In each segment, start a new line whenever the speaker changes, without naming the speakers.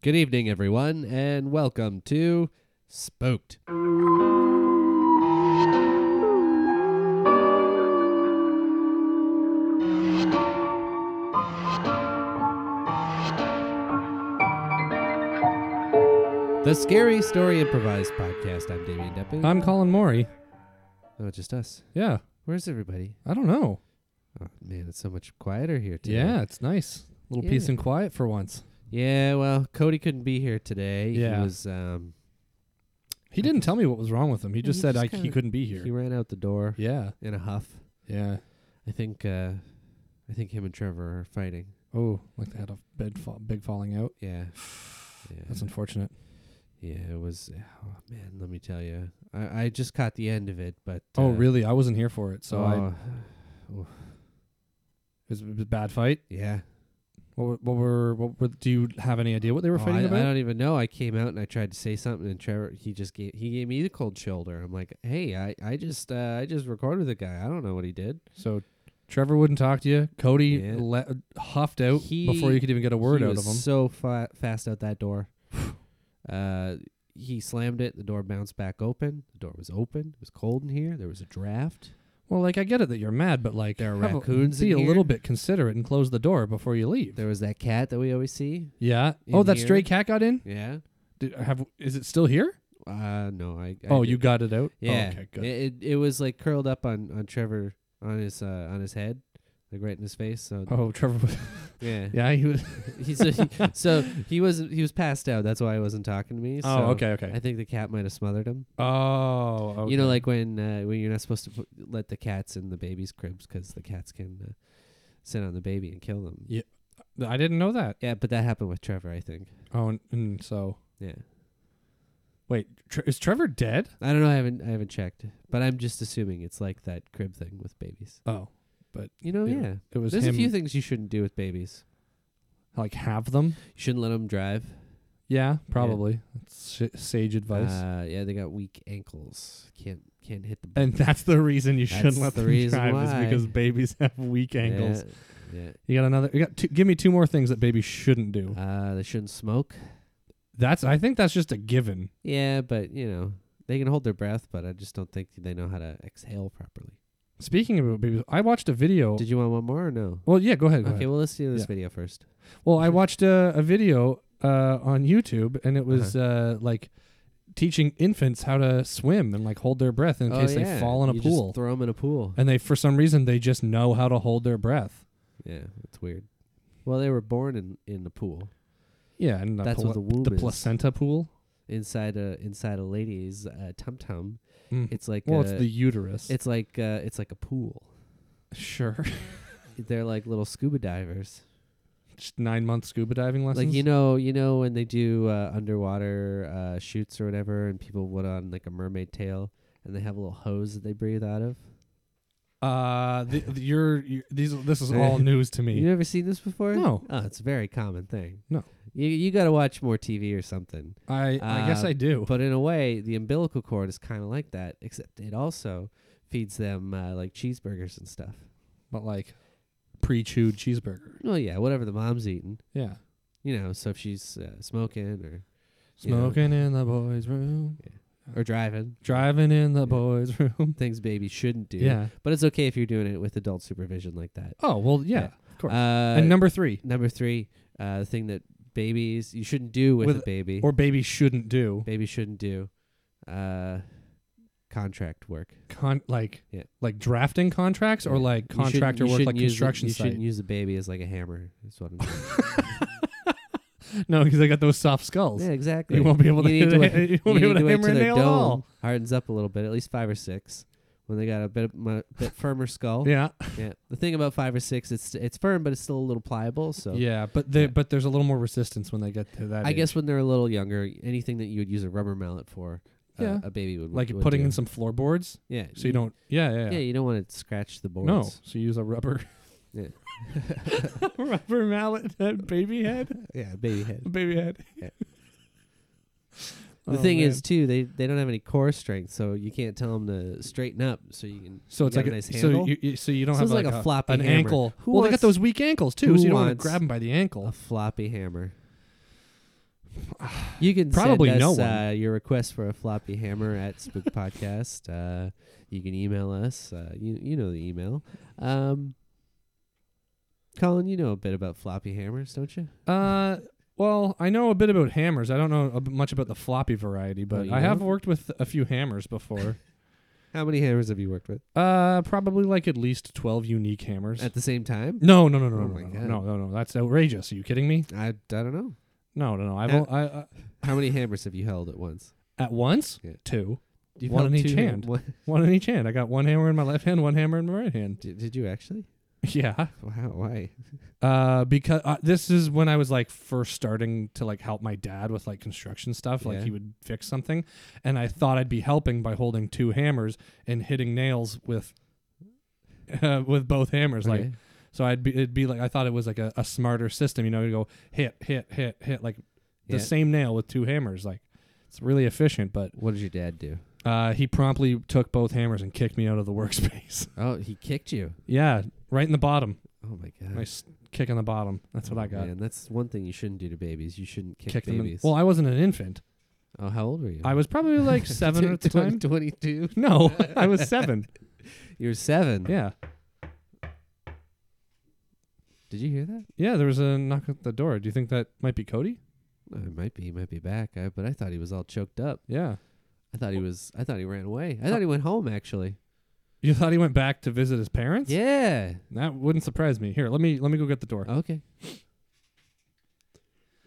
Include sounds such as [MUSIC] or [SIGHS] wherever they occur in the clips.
Good evening, everyone, and welcome to Spooked. The Scary Story Improvised Podcast. I'm Damien Deppin.
I'm Colin Mori.
oh, just us.
Yeah,
Where's everybody?
I don't know.
Oh, man, it's so much quieter here today.
Yeah, it's nice. little peace
Yeah.
and quiet for once.
Yeah, well, Cody couldn't be here today.
Yeah.
He was, um,
He didn't tell me what was wrong with him. He just
He
said
just
I, he
kinda-
couldn't be here.
he ran out the door
yeah,
in a huff.
yeah.
I think uh I think him and Trevor are fighting.
Oh, like they had a bed fall, big falling out. [SIGHS]
Yeah. Yeah.
That's unfortunate.
yeah, it was oh man, let me tell you. I, I just caught the end of it, but
oh,
uh,
really? I wasn't here for it, so I it
oh,
was, it was a bad fight.
yeah.
What, were- what were? What were? Do you have any idea what they were
Oh, I,
fighting
I
about?
don't even know. I came out and I tried to say something and Trevor he just gave he gave me the cold shoulder. I'm like, "Hey, I I just uh, I just recorded the guy. I don't know what he did."
so, Trevor wouldn't talk to you. Cody
Yeah.
le- huffed out
He-
before you could even get a word
he
out
was
of him.
So fa- fast out that
[SIGHS]
door. uh, he slammed it. The door bounced back open. The door was open. It was cold in here. There was a draft.
well, like I get it that you're mad, but like
There are
have a-
raccoons
be
in
a
here.
little bit considerate and close the door before you leave.
There was that cat that we always see.
Yeah.
in
Oh, that
here.
stray cat got in.
Yeah.
Did, have is it still here?
Uh, no, I. I
oh,
did-
you got it out.
Yeah.
Oh, okay. Good.
It, it it was like curled up on on Trevor on his uh on his head, like right in his face. So
oh, Trevor. Was,
[LAUGHS]
[LAUGHS]
yeah.
yeah, he was.
he, so, he, so he was he was passed out. That's why he wasn't talking to me. so
oh, okay, okay.
I think the cat might have smothered him.
oh, okay.
You know, like when uh, when you're not supposed to put, let the cats in the babies' cribs 'cause the cats can uh, sit on the baby and kill them.
Yeah. I didn't know that.
Yeah, but that happened with Trevor, I think.
Oh, and, and so
Yeah,
wait, tre- is Trevor dead?
I don't know. I haven't I haven't checked, but I'm just assuming it's like that crib thing with babies.
Oh,
You know, yeah.
Yeah. it was
There's
him.
a few things you shouldn't do with babies.
like have them.
You shouldn't let them drive.
Yeah, probably. That's sh- sage advice.
Uh, yeah, they got weak ankles. Can't can't hit the.
and that's the reason you
That's
shouldn't let
the
them
reason
drive
why.
is because babies [LAUGHS] have weak
Yeah,
ankles.
Yeah.
You got another? You got two, give me two more things that babies shouldn't do.
Uh, they shouldn't smoke.
That's I think that's just a given.
Yeah, but you know they can hold their breath, but I just don't think they know how to exhale properly.
Speaking about babies, I watched a video.
Did you want one more or no?
well, yeah, go ahead. Go
Okay,
ahead.
well let's do this
Yeah.
video first.
Well, I watched a, a video uh, on YouTube, and it was uh
Uh-huh.
like teaching infants how to swim and like hold their breath in
Oh,
case
yeah,
they fall in a
you just
pool.
throw them in a pool.
and they, for some reason, they just know how to hold their breath.
Yeah, it's weird. Well, they were born in in the pool
Yeah, and the
That's what the womb
the
is.
placenta pool.
inside a inside a lady's uh, tum tum.
Mm.
It's like
well,
a,
it's the uterus.
it's like uh, it's like a pool.
sure. [LAUGHS]
They're like little scuba divers.
just nine month scuba diving lessons.
Like you know, you know when they do uh, underwater uh, shoots or whatever, and people put on like a mermaid tail, and they have a little hose that they breathe out of.
uh, th- th- you're, you these. This
[LAUGHS]
is all news to
You
me.
never seen this before?
No.
Oh, it's a very common thing.
No.
You you got to watch more TV or something.
I, I guess
Uh,
I do.
But in a way, the umbilical cord is kind of like that, except it also feeds them uh, like cheeseburgers and stuff.
but like pre-chewed cheeseburger.
Well, yeah, whatever the mom's eating,
Yeah.
you know. So if she's uh, smoking or you know,
Smoking in the boys' room,
or driving,
driving in the
Yeah. [LAUGHS]
boys' room.
things babies shouldn't do.
Yeah.
But it's okay if you're doing it with adult supervision like that.
Oh well, yeah,
Yeah.
of course.
Uh,
and number three,
number three, uh, the thing that babies you shouldn't do with, a
With-
baby,
or babies shouldn't do
babies shouldn't do, uh, contract work.
con- like
Yeah.
like drafting contracts or
Yeah.
like
You shouldn't-
contractor
you
work,
shouldn't
like
use the-
construction
You
site.
shouldn't use a baby as like a hammer. That's
[LAUGHS]
what I'm saying.
no, because they got those soft skulls.
yeah, [LAUGHS] exactly.
You won't be able to.
You need to wait-
[LAUGHS] you won't be
you
able
need
to
wait
hammer
till
a
their
nail at all.
dome Hardens up a little bit, at least five or six, when they got a bit mu-
[LAUGHS]
bit firmer skull.
Yeah.
Yeah. The thing about five or six, it's it's firm, but it's still a little pliable. So
Yeah, but they
Yeah.
but there's a little more resistance when they get to that.
I
age.
guess when they're a little younger, anything that you would use a rubber mallet for, uh,
Yeah.
a baby would
like
would
putting
do.
in some floorboards
yeah.
so you don't. Yeah, yeah.
Yeah.
yeah.
you don't want to scratch the boards.
no, so you use a rubber
Yeah.
[LAUGHS] rubber mallet head, baby head,
[LAUGHS] yeah, baby head.
baby head.
Yeah.
Oh,
The thing
man.
is, too, they they don't have any core strength, so you can't tell them to straighten up. So you can.
So it's
you
like
got
a,
a nice
so
handle.
you, you so you don't
So
have
it's
like,
like a floppy
an
hammer.
ankle.
Who
well, they got
wants-
those weak ankles too, so
who
you don't want to
wants
grab them by the
a
ankle.
floppy hammer. [SIGHS] You can
Probably
send
no
us,
one.
Uh, your request for a floppy hammer at [LAUGHS] Spook Podcast. Uh, you can email us. Uh, you you know the email. Um, Colin, you know a bit about floppy hammers, don't you?
Uh, well, I know a bit about hammers. I don't know ab- much about the floppy variety, but
Oh, you
I have
don't?
worked with a few hammers before.
[LAUGHS] How many hammers have you worked with
uh, probably like at least twelve unique hammers.
at the same [LAUGHS] time?
no, no, no, no,
Oh
no,
my
no,
God.
no, no, no. That's outrageous. Are you kidding me?
I I don't know.
No, no, no. I've
Uh,
o- I, I-
How many hammers have you held at once?
at once
Yeah.
two,
You've
One
held
in each
two ham-
hand.
one- [LAUGHS]
one in each hand. I got one hammer in my left hand, one hammer in my right hand. [LAUGHS]
did, did you actually?
Yeah.
Wow. Why?
Uh, because uh, this is when I was like first starting to like help my dad with like construction stuff. Like
Yeah.
he would fix something, and I thought I'd be helping by holding two hammers and hitting nails with, [LAUGHS] uh, with both hammers. Like
Okay.
so, I'd be it'd be like I thought it was like a, a smarter system. You know, you go hit, hit, hit, hit, like
Yeah.
the same nail with two hammers. Like it's really efficient. But
What did your dad do?
uh, he promptly took both hammers and kicked me out of the [LAUGHS] workspace.
Oh, he kicked you.
yeah, right in the bottom.
Oh my god.
Nice kick in the bottom. That's what
Oh,
I got.
Man, that's one thing you shouldn't do to babies. You shouldn't kick,
kick them. In.
babies.
Well, I wasn't an infant.
oh, how old were you?
I was probably [LAUGHS] like seven at
[LAUGHS]
the time.
Twenty-two.
No, I was [LAUGHS] seven.
You're seven.
Yeah,
Did you hear that?
yeah. There was a knock at the door. Do you think that might be Cody?
Oh, it might be. He might be back. I, but I thought he was all choked up.
Yeah.
I thought he was. I thought he ran away. I thought he went home. Actually.
You thought he went back to visit his parents?
Yeah.
That wouldn't surprise me. Here, let me let me go get the door.
Okay.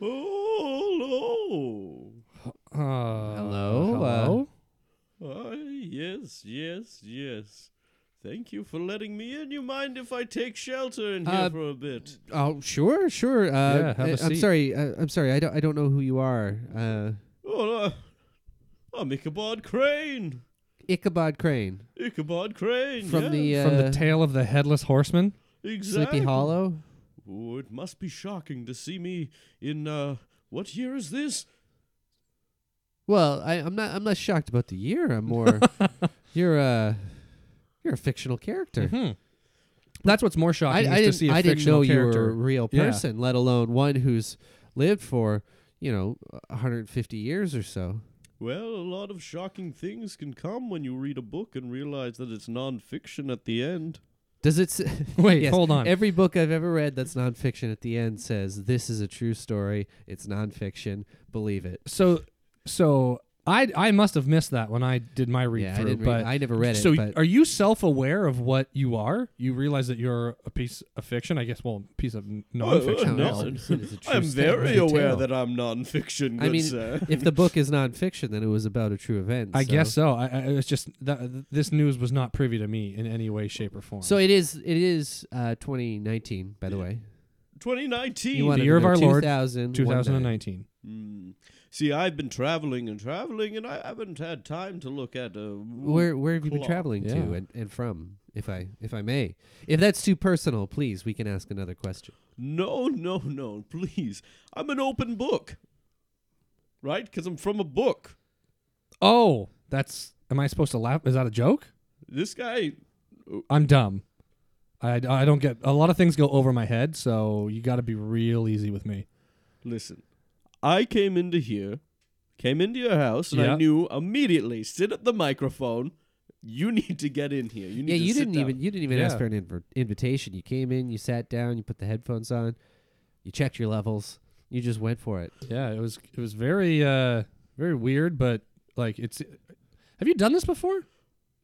Oh, Hello.
Uh,
Hello, uh,
Hello.
Ah, yes, yes, yes. Thank you for letting me in. You mind if I take shelter in here
Uh,
for a bit?
Oh, sure, sure. Uh,
Yeah, have a
I- I'm
seat.
sorry. Uh, I'm sorry. I don't. I don't know who you are. Uh,
Oh, uh, I'm Ichabod Crane.
Ichabod Crane
Ichabod Crane.
from the
yes,
uh,
From the tale of the headless horseman.
exactly.
Sleepy Hollow.
Oh, it must be shocking to see me in uh, what year is this?
Well, I, I'm not. I'm not shocked about the year. I'm
[LAUGHS]
more. you're a. You're a fictional character.
Mhm. That's what's more
I,
shocking
I
is to
didn't.
see a
I didn't
fictional
know you
character.
were a real
Yeah.
person, let alone one who's lived for you know 150 years or so.
Well, a lot of shocking things can come when you read a book and realize that it's nonfiction at the end.
Does it? s-
[LAUGHS]
[LAUGHS]
Wait,
Yes,
hold on.
Every book I've ever read that's nonfiction at the end says this is a true story. It's nonfiction. Believe it.
so, so I I must have missed that when I did my read
yeah,
through.
I didn't.
but
Read, I never read it.
so
but
are you self-aware of what you are you realize that you're a piece of fiction i guess well piece of n-
uh,
non-fiction
no.
It's- it's a true
I'm
story.
very
It's a
aware
tale.
that I'm nonfiction, good
I mean,
sir.
if the book is nonfiction, then it was about a true event.
i
so-
guess so i, I it's just that this news was not privy to me in any way shape or form
So it is. It is uh, 2019, by the way.
2019.
You wanted
year
to
of
know
our Lord,
2000, one
2019
Mm. See, I've been traveling and traveling, and I haven't had time to look at. Uh,
night. Where Where have you been
Clock.
traveling
Yeah.
to and, and from? If I If I may, if that's too personal, please we can ask another question.
No, no, no, please. I'm an open book, right? Because I'm from a book.
oh that's am i supposed to laugh is that a joke
This guy,
i'm dumb I, I don't get a lot of things go over my head so you got to be real easy with me
listen. I came into here, came into your house, and
Yeah.
I knew immediately. Sit at the microphone. You need to get in here. You need
yeah,
to
you
sit
didn't
down.
even you didn't even ask
Yeah.
for an inv- invitation. You came in, you sat down, you put the headphones on, you checked your levels, you just went for it.
yeah it was it was very uh very weird but like it's have you done this before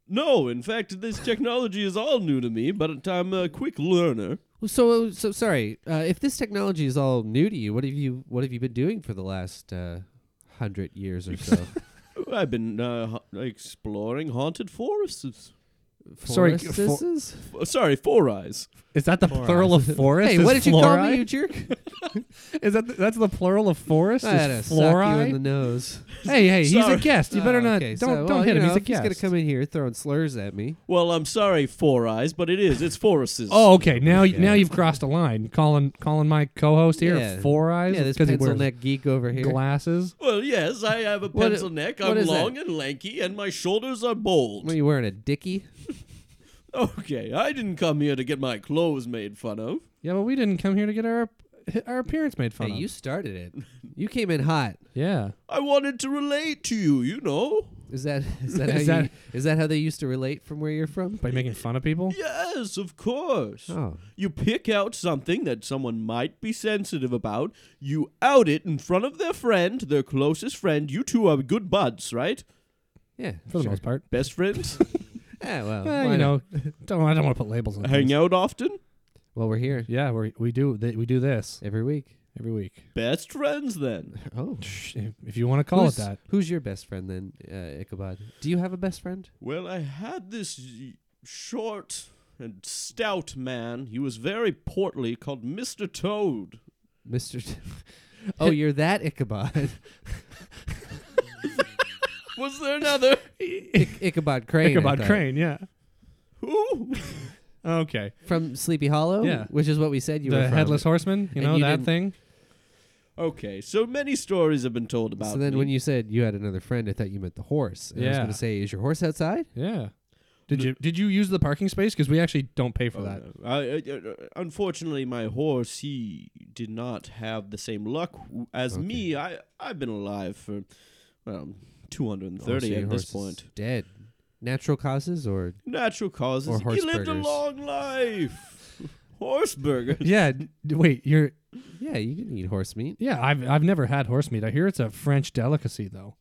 No, in fact, this technology is all new to me, but I'm a quick learner.
So so sorry. Uh, if this technology is all new to you, what have you what have you been doing for the last uh, hundred years or so?
I've been uh, ha- exploring haunted forests.
[LAUGHS] Sorry, for-
Forestesses?
F- Sorry, four eyes.
Is that the plural of [LAUGHS] forest?
Hey,
is
what did you call
flori?
me, you jerk?
Is that the, that's the plural of forest?
I had to
Is
sock you
flori?
in the nose.
[LAUGHS] hey, hey, he's a
Sorry.
guest. You better
Oh,
not.
okay,
Don't
so,
don't
well,
hit
you
him.
know,
he's a
if He's
guest.
gonna come in here throwing slurs at me.
Well, I'm sorry, four eyes, but it is. It's forests.
oh, okay. Now
Yeah.
now you've crossed a line. Calling calling my co-host here
Yeah.
four eyes
Yeah, this
because he
pencil
wears
neck geek over here.
glasses.
Well, yes, I have a
What-
pencil neck.
what
I'm
is that?
long and lanky, and my shoulders are bold.
what are you wearing? A dicky?
Okay, I didn't come here to get my clothes made fun of.
Yeah, but we didn't come here to get our our appearance made fun
Hey,
of.
you started it. You came in hot.
yeah.
I wanted to relate to you, you know.
Is that [LAUGHS] is that
Is
how you,
that-
is that how they used to relate from where you're from?
By making fun of people?
Yes, of course.
Oh,
You pick out something that someone might be sensitive about, you out it in front of their friend, their closest friend. You two are good buds, right?
yeah,
For the most part.
[LAUGHS]
Best friends?
Yeah, Ah, well,
Eh,
Uh, why
you
not?
know, [LAUGHS] don't I don't want to put labels on
Hang
things.
out often?
Well, we're here
Yeah, we we do th- we do this
every week.
every week.
Best friends, then.
Oh,
If if you want to call
who's,
it
[LAUGHS]
that.
Who's your best friend then, uh, Ichabod? Do you have a best friend?
Well, I had this y- short and stout man. He was very portly, called Mr. Toad.
Mr. T- [LAUGHS] oh, you're that
[LAUGHS]
Ichabod.
Was there another?
[LAUGHS] Ich- Ichabod Crane. I
Ichabod
thought.
Crane, yeah.
Who?
Okay.
From Sleepy Hollow?
Yeah.
Which is what we said you
the
were from.
headless horseman, you
And
know
you
that
didn't-
thing?
Okay, so many stories have been told about
So then
me.
when you said you had another friend, I thought you meant the horse. And I was
Yeah.
going to say, is your horse outside?
Yeah. Did you did you use the parking space cuz we actually don't pay for
Oh,
that.
no. I, I- I- unfortunately, my horse he did not have the same luck w- as me. I I've been alive for well, two hundred and
Oh,
thirty
so your
at this
horse is
point.
Dead. Natural causes or
Natural causes.
Or
he
horse
lived
burgers.
a long life. [LAUGHS] horse burger.
Yeah, d- wait, you're
yeah, you can eat horse meat.
Yeah, I've I've never had horse meat. I hear it's a French delicacy though.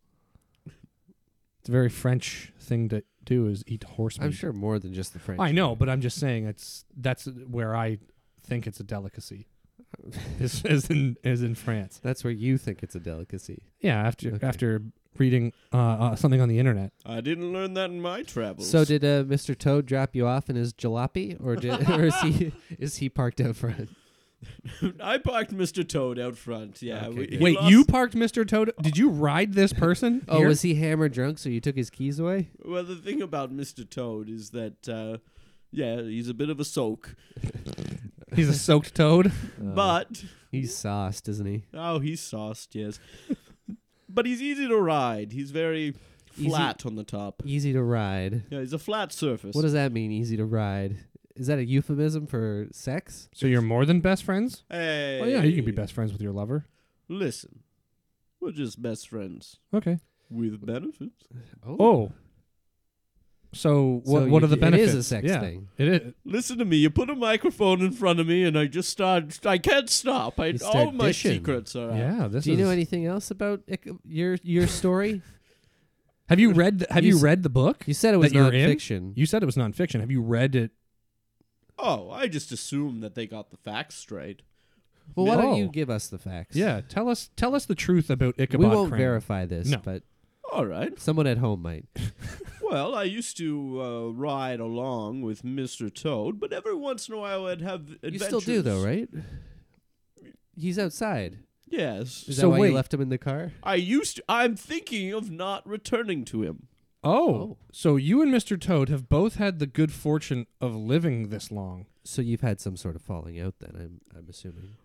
It's a very French thing to do is eat horse meat.
I'm sure more than just the French.
I know, but I'm just saying it's that's where I think it's
[LAUGHS]
a delicacy. is, is in is in France.
That's where you think it's a delicacy.
Yeah, after
Okay.
after reading uh, uh, something on the internet.
I didn't learn that in my travels.
So did uh, Mr. Toad drop you off in his jalopy, or did, or is he is he parked out front?
[LAUGHS] I parked Mr. Toad out front. Yeah.
Okay,
we-
good.
he
Wait,
lost-
you parked Mr. Toad? Did you ride this person?
[LAUGHS] Oh,
here?
was he hammer drunk? So you took his keys away?
Well, the thing about Mr. Toad is that. Uh, yeah, he's a bit of a soak,
he's a soaked toad?
Uh.
but
he's sauced, isn't he?
Oh, he's sauced, yes. [LAUGHS] but he's easy to ride. He's very
Easy-
flat on the top.
Easy to ride.
Yeah, he's a flat surface.
What does that mean? Easy to ride. Is that a euphemism for sex?
So you're more than best friends?
Hey.
Oh yeah, you can be best friends with your lover.
Listen, we're just best friends
Okay.
with benefits.
Oh. So
So
what what
you-
are the benefits?
It is a sex
Yeah.
thing.
It is.
Listen to me. You put a microphone in front of me, and I just start. I can't stop. I
You start
all my
dishing.
secrets are out.
Yeah, this
Do you
is
know anything else about Ic- your your
[LAUGHS]
story?
Have you read the, have
You
you,
s-
read the book?
you said it was
That you're in?
nonfiction.
You said it was nonfiction. Have you read it?
Oh, I just assume that they got the facts straight.
well, why don't you
No.
give us the facts?
Yeah, tell us tell us the truth about Ichabod
we won't
Crane.
verify this,
No.
but
All right.
someone at home
[LAUGHS]
might.
Well, I used to uh, ride along with Mr. Toad, but every once in a while I'd have adventures.
You still do though, right? He's outside.
Yes.
Is
So
that why
wait.
you left him in the car?
I used to, I'm thinking of not returning to him.
Oh,
Oh.
so you and Mr. Toad have both had the good fortune of living this long.
So you've had some sort of falling out then, I'm I'm assuming.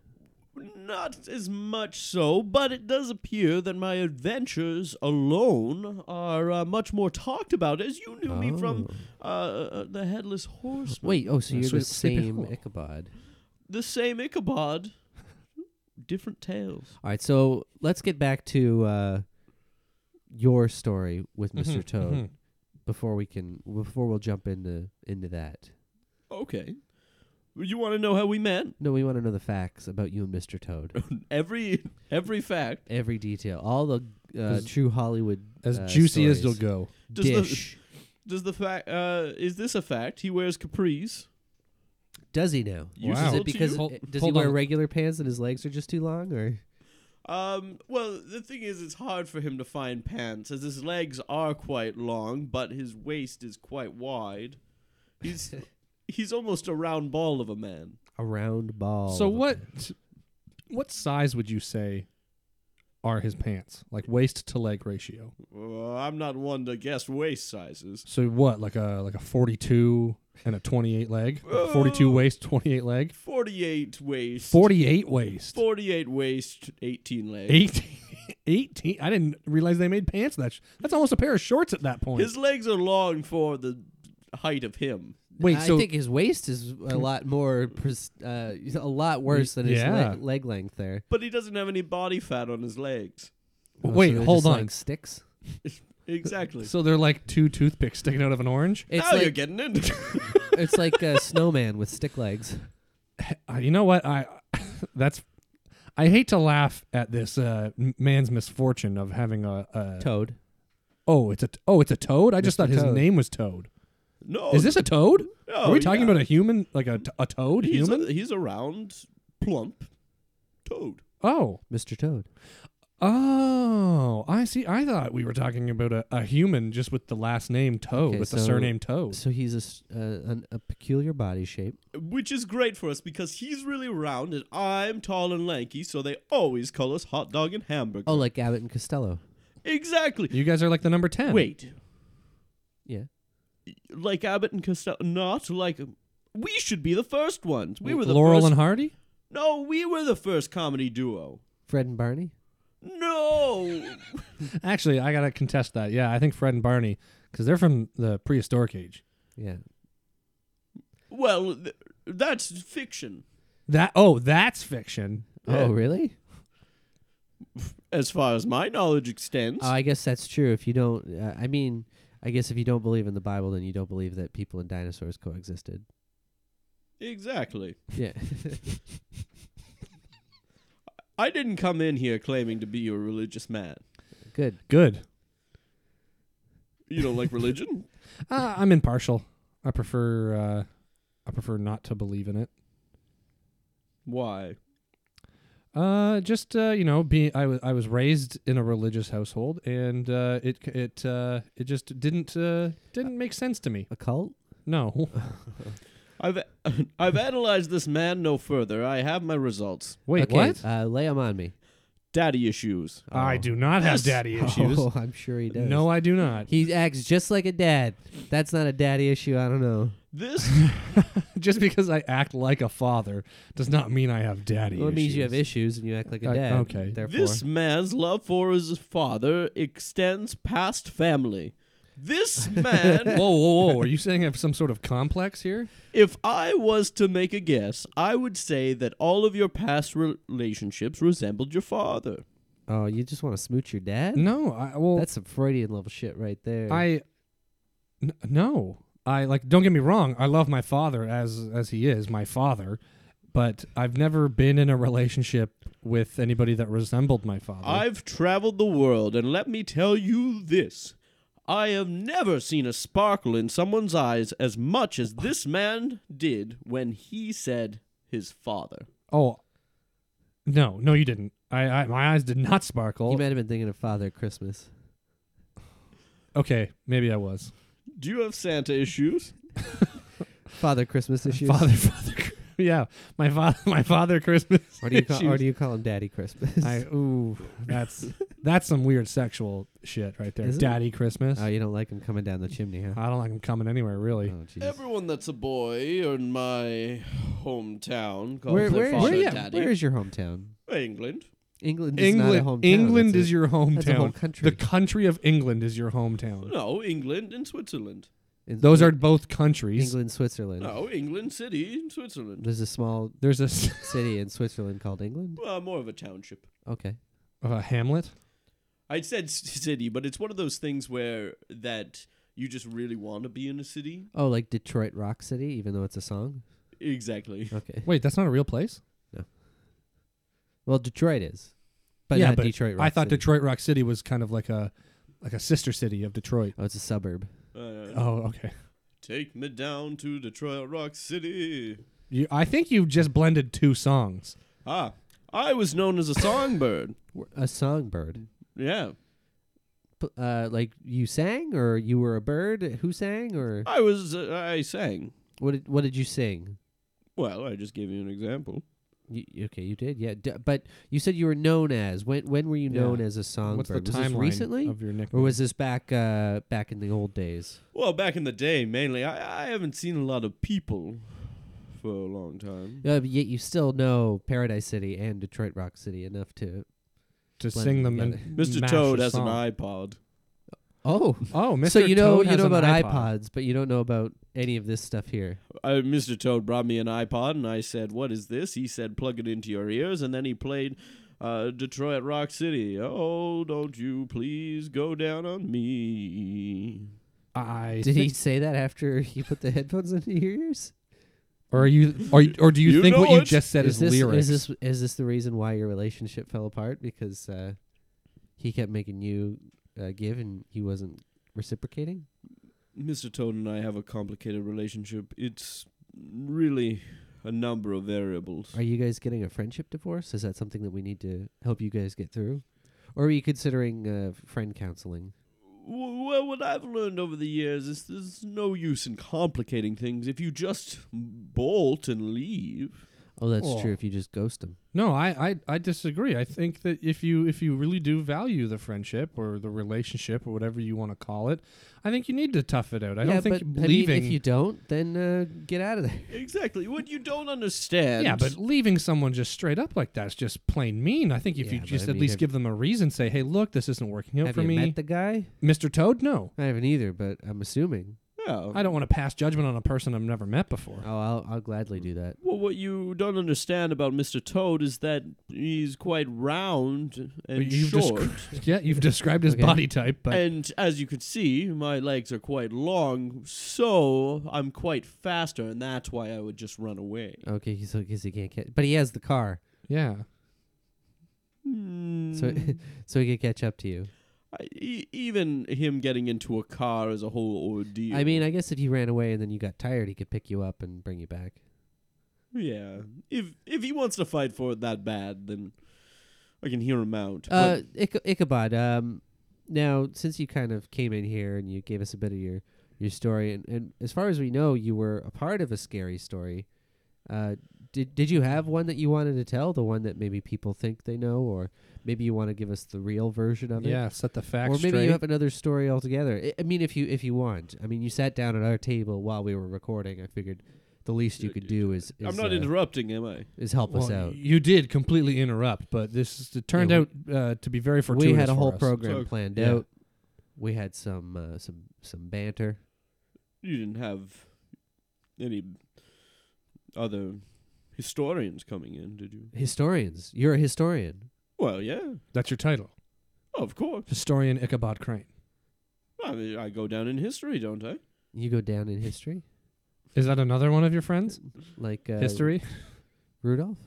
Not as much so, but it does appear that my adventures alone are uh, much more talked about, as you knew me from uh, uh, the Headless Horseman.
Oh. Wait, oh, so
Yeah,
you're
so
the
it's Sleepy
same
Hollow.
Ichabod.
The same Ichabod, different tales.
All right, so let's get back to uh, your story with mister
Mhm,
Toad
mhm.
before we can before we'll jump into into that.
Okay. You want to know how we met?
No, we want to know the facts about you and Mr.
[LAUGHS]
Toad.
Every every fact.
Every detail, all the uh,
As-
true Hollywood
As
uh,
juicy as they'll
stories.
go.
Does the-
Dish.
Does the fact uh, is this a fact? He wears capris.
Does he now?
You
Wow.
Is
sold
it
to
because
you?
Hold-
it- does he
hold
wear
on.
regular pants and his legs are just too long, or
Um, well, the thing is, it's hard for him to find pants as his legs are quite long, but his waist is quite wide.
[LAUGHS]
He's he's almost a round ball of a man.
A round ball.
So what what size would you say are his pants? Like waist to leg ratio.
Uh, I'm not one to guess waist sizes.
So what, like a like a forty two and a twenty eight leg? Forty two waist, twenty eight leg?
48 waist.
Forty eight waist.
48 waist, 18 legs.
18, [LAUGHS] 18 I didn't realize they made pants that sh- that's almost a pair of shorts at that point.
His legs are long for the height of him.
Wait,
I
so
think his waist is a lot more, pres- uh, a lot worse than his
yeah.
leg, leg length there.
But he doesn't have any body fat on his legs.
Oh, so
wait,
they're
hold
just,
on.
Like sticks.
Exactly.
so they're like two toothpicks sticking out of an orange?
It's
now you're
like
[LAUGHS]
getting into it.
it's like a snowman with stick legs.
Uh, you know what? I [LAUGHS] that's I hate to laugh at this uh, m- man's misfortune of having a, a
Toad.
Oh, it's a oh, it's a toad. Oh, I just
Mr.
thought his
Toad.
name was Toad.
No.
Is this [LAUGHS] a toad?
no,
Are we talking
yeah.
about a human, like a, t- a toad
he's
human?
A, he's a round, plump toad.
oh,
Mr. Toad.
oh, I see. I thought we were talking about a, a human just with the last name Toad,
Okay,
with the
so-
surname Toad.
So he's a, s- uh, an, a peculiar body shape.
Which is great for us because he's really round and I'm tall and lanky, so they always call us hot dog and hamburger.
Oh, like Abbott and Costello.
exactly.
You guys are like the number ten.
Wait,
Yeah.
like Abbott and Costello, not like we should be the first ones. We were the
Laurel
first.
and Hardy.
no, we were the first comedy duo.
Fred and Barney.
[LAUGHS] No,
Actually, I gotta contest that. Yeah, I think Fred and Barney, because they're from the prehistoric age.
Yeah.
well, th- that's fiction
That oh, that's fiction.
Oh, really?
as far as my knowledge extends.
Oh, I guess that's true. If you don't, uh, I mean, I guess if you don't believe in the Bible, then you don't believe that people and dinosaurs coexisted.
exactly.
Yeah. [LAUGHS]
I didn't come in here claiming to be a religious man.
Good.
Good.
You don't like religion?
Uh, I'm impartial. I prefer uh, I prefer not to believe in it.
Why?
Uh, just uh, you know, being I was I was raised in a religious household, and uh, it c- it uh, it just didn't uh, didn't make sense to me.
A cult?
No, [LAUGHS]
I've [LAUGHS] I've analyzed this man no further. I have my results.
wait,
okay,
what?
Uh, lay 'em on me.
Daddy issues.
I
Oh.
do not have
[LAUGHS]
Yes.
daddy issues.
Oh, I'm sure he does.
no, I do not. [LAUGHS]
He acts just like a dad. That's not a daddy issue. I don't know.
This
just because I act like a father does not mean I have daddy.
Well, it
issues.
means you have issues and you act like a
I-
dad.
okay.
Therefore,
This man's love for his father extends past family. This man,
[LAUGHS]
Whoa, whoa, whoa! Are you saying I have some sort of complex here?
if I was to make a guess, I would say that all of your past re- relationships resembled your father.
oh, you just want to smooch your dad?
No, I well,
That's some Freudian level shit right there.
I n- no. I like don't get me wrong, I love my father as as he is, my father, but I've never been in a relationship with anybody that resembled my father.
I've traveled the world, and let me tell you this I have never seen a sparkle in someone's eyes as much as this man did when he said his father.
oh. No, no you didn't. I, I my eyes did not sparkle.
you might have been thinking of Father Christmas.
okay, maybe I was.
Do you have Santa issues?
Father [LAUGHS] Christmas issues.
Father [LAUGHS] father Yeah, my father [LAUGHS] my
[LAUGHS]
father Christmas.
Or do you call, or
issues.
do you call him Daddy Christmas?
I ooh, that's that's some weird sexual shit right there.
Is it?
Daddy Christmas.
[LAUGHS] oh, you don't like him coming down the chimney, huh?
I don't like him coming anywhere really.
Oh, jeez.
Everyone that's a boy in my hometown calls
Where,
their
where,
father
where, yeah,
daddy.
where is your hometown?
England?
England is
England,
not a hometown.
England
that's
is
a-
your hometown.
that's a whole country.
The country of England is your hometown.
No, England and Switzerland.
in-
Those
in-
are both countries.
England, Switzerland.
No, England city in Switzerland.
There's a small
There's a, s-
city in Switzerland called England.
Well, more of a township.
Okay.
a Hamlet.
I said s- city, but it's one of those things where that you just really want to be in a city.
Oh, like Detroit Rock City, even though it's a song.
Exactly.
Okay.
Wait, that's not a real place.
Well, Detroit is, but
yeah,
not
but
Detroit. Rock
I thought
City.
Detroit Rock City was kind of like a like a sister city of Detroit.
Oh, it's a suburb.
Uh,
Oh, okay.
take me down to Detroit Rock City.
You, I think you just blended two songs.
Ah, I was known as a songbird.
A songbird.
yeah.
p- uh, like you sang or you were a bird who sang or
I was uh, I sang.
what did, what did you sing?
Well, I just gave you an example.
You, okay, you did. Yeah, D- but you said you were known as when when were you
Yeah.
known as a songbird?
What's the
was this
timeline
recently
of your nickname?
or was this back uh, back in the old days?
Well, back in the day, mainly I, I haven't seen a lot of people for a long time.
Uh, but yet you still know Paradise City and Detroit Rock City enough to
to
blend
sing
them
them and
Mr.
mash
Toad
a
has
song.
an iPod.
Oh,
Oh,
[LAUGHS]
Mr.
so you know
Toad
you
has
know
an
about
iPod.
iPods, but you don't know about any of this stuff
[LAUGHS]
here.
Uh, Mr. Toad brought me an iPod, and I said, "What is this?" He said, "Plug it into your ears," and then he played uh, Detroit Rock City. Oh, don't you please go down on me?
I
Did he
think-
say that after [LAUGHS] he put the headphones into your ears?
Or are you? Or, or do you,
You
think
know
what you
it.
just said is,
this
lyrics?
is this is this the reason why your relationship fell apart because uh, he kept making you uh, give and he wasn't reciprocating?
Mr. Toad and I have a complicated relationship. It's really a number of variables.
Are you guys getting a friendship divorce? Is that something that we need to help you guys get through? Or are you considering uh, friend counseling?
W- Well, what I've learned over the years is there's no use in complicating things. If you just bolt and leave,
Oh, that's true.
Oh.
If you just ghost him,
no, I, I I disagree. I think that if you if you really do value the friendship or the relationship or whatever you want to call it, I think you need to tough it out. I
yeah,
don't think
but I mean,
leaving.
if you don't, then uh, get out of there.
exactly what you don't understand.
yeah, but leaving someone just straight up like that's just plain mean. I think if
Yeah,
you
but
just
I
at
mean,
least
have-
give them a reason, say, "Hey, look, this isn't working out
Have
for
you
me,
met the guy?
Mr. Toad." No,
I haven't either, but I'm assuming.
Yeah.
I don't want to pass judgment on a person I've never met before.
Oh, I'll, I'll gladly do that.
Well, what you don't understand about Mr. Toad is that he's quite round
But
and
you've
short.
descri- [LAUGHS] yeah,
[LAUGHS]
you've described his
Oh. Okay.
body type, but
and as you can see, my legs are quite long, so I'm quite faster, and that's why I would just run away.
Okay, so because he can't catch, but he has the car,
yeah,
so [LAUGHS] so he can catch up to you.
Hmm. I, e- even him getting into a car is a whole ordeal.
I mean, I guess if he ran away and then you got tired, he could pick you up and bring you back.
yeah. If if he wants to fight for it that bad, then I can hear him out.
Uh,
But
Icha- Ichabod. Um, now since you kind of came in here and you gave us a bit of your your story, and, and as far as we know, you were a part of a scary story. Uh, did did you have one that you wanted to tell? The one that maybe people think they know, or maybe you want to give us the real version of it?
yeah, set the facts
or maybe
straight.
you have another story altogether. I, I mean, if you if you want, I mean, you sat down at our table while we were recording. I figured the least you
Yeah,
could
yeah,
do is is,
I'm not
uh,
interrupting, am I?
is help us
Well,
out.
You did completely interrupt, but this is, it turned
Yeah,
out uh, to be very fortuitous.
We had a whole
for us.
program
So-
planned
Yeah.
out. We had some uh, some some banter.
You didn't have any other historians coming in, did you?
Historians, you're a historian.
Well, yeah,
That's your title,
of course.
historian Ichabod Crane.
I mean, I go down in history, don't I?
You go down in history,
Is that another one of your friends?
like uh,
History?
Rudolph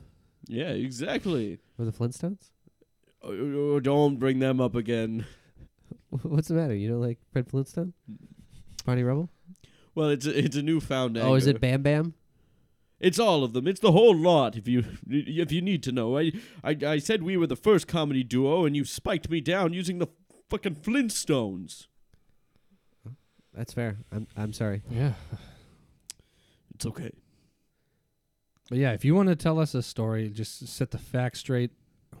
Yeah, exactly.
or the Flintstones. [LAUGHS]
Oh, don't bring them up again.
What's the matter? You don't like Fred Flintstone? Barney Rubble?
Well, it's a, it's a newfound anger.
Oh, is it Bam Bam?
It's all of them. It's the whole lot. If you if you need to know, I I, I said we were the first comedy duo, and you spiked me down using the fucking Flintstones.
That's fair. I'm I'm sorry.
Yeah.
It's okay.
But yeah, if you want to tell us a story, just set the facts straight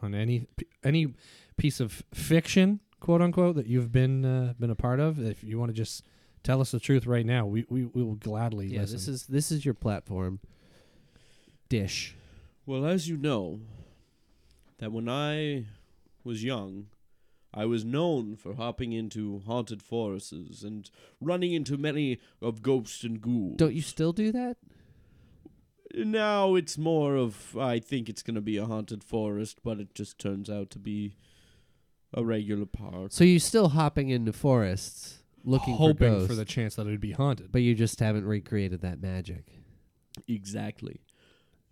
on any p- any piece of fiction, quote unquote, that you've been uh, been a part of. If you want to just tell us the truth right now, we we, we will gladly
Yeah,
listen.
this is this is your platform. Dish.
Well, as you know, that when I was young, I was known for hopping into haunted forests and running into many of ghosts and ghouls.
Don't you still do that?
Now it's more of I think it's gonna be a haunted forest, but it just turns out to be a regular park.
So you're still hopping into forests looking
hoping
for, ghosts,
the chance that it would be haunted.
but you just haven't recreated that magic.
Exactly.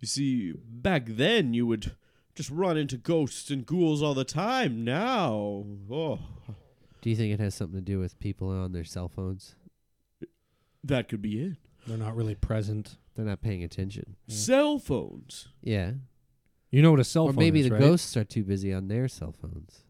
You see, back then you would just run into ghosts and ghouls all the time. Now, oh,
Do you think it has something to do with people on their cell phones?
that could be it.
They're not really present.
They're not paying attention.
Yeah.
Cell phones.
Yeah.
You know what a Mm. cell
or
phone
maybe
is,
the
right?
ghosts are too busy on their cell phones.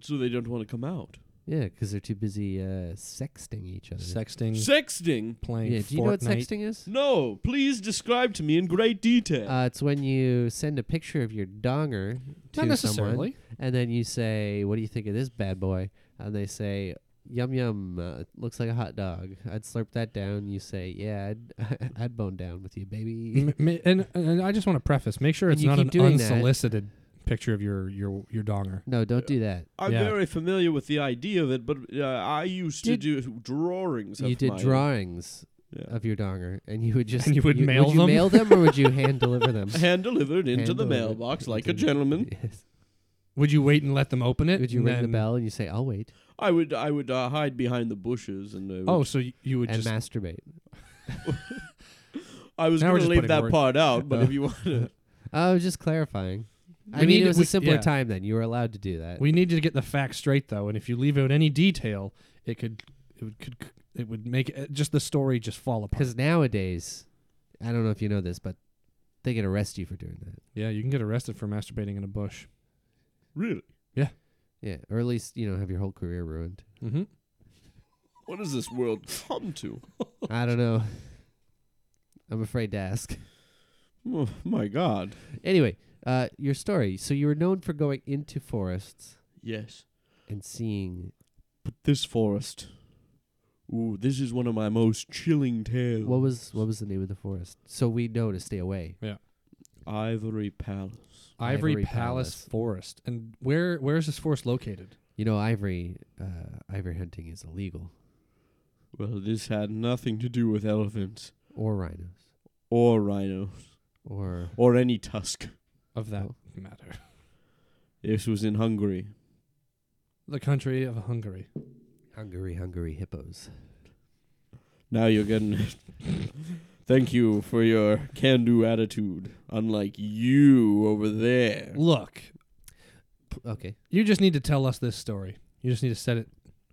So they don't want to come out.
Yeah, because they're too busy uh, sexting each other.
Sexting,
Sexting?
playing
yeah,
Fortnite.
do you know what sexting is?
No, please describe to me in great detail.
Uh, it's when you send a picture of your donger to
Not necessarily.
someone, and then you say, "What do you think of this bad boy?" And they say, "Yum yum, uh, looks like a hot dog." I'd slurp that down. You say, "Yeah, I'd, [LAUGHS] I'd bone down with you, baby."
[LAUGHS] M- m- and, and I just want to preface: make sure
And
it's
you
not
keep
an
doing that.
unsolicited picture of your your your donger.
no, don't do that.
I'm
yeah.
very familiar with the idea of it, but uh, I used
Did-
to do drawings.
you
of
did
my-
drawings
Yeah.
of your donger, and you would just
And you would mail
you
them?
mail them, or would
[LAUGHS]
you hand deliver them?
hand delivered into
Hand
the
delivered
mailbox like a
into-
gentleman.
[LAUGHS] Yes.
Would you wait and let them open it?
Would you
and
ring the
then-
bell and you say, "I'll wait,"
I would I would uh, hide behind the bushes and uh, I would-
Oh, so y- you would
and
just
masturbate?
I was
now we're
going to
just
leave
putting
that
words-
part out, but
Oh.
if you want to,
I was just clarifying. I
We
mean,
need-
it was
we-
a simpler
yeah.
time then. You were allowed to do that.
We need to get the facts straight, though, and if you leave out any detail, it could it would could it would make uh, just the story just fall apart.
Because nowadays, I don't know if you know this, but they can arrest you for doing that.
Yeah, you can get arrested for masturbating in a bush.
[LAUGHS] really,
Yeah, or at least you know have your whole career
[LAUGHS]
ruined.
Mm-hmm.
what does this world come to?
I don't know. I'm afraid to ask. [LAUGHS]
Oh my God!
Anyway, uh, your story. So you were known for going into forests
Yes,
and seeing.
but this forest. Ooh, this is one of my most chilling tales.
What was what was the name of the forest? So we know to stay away.
Ivory Palace?
Ivory,
Ivory
Palace,
Palace.
Forest, and where where is this forest located?
You know, ivory uh, ivory hunting is illegal
Well, this had nothing to do with elephants
or rhinos
or rhino
or
or any tusk.
Of that
Oh.
matter, [LAUGHS]
This was in Hungary.
the country of Hungary.
Hungary Hungary hippos.
Now you're getting it. [LAUGHS] Thank you for your can do attitude, unlike you over there.
Look,
P- Okay.
you just need to tell us this story. You just need to set it.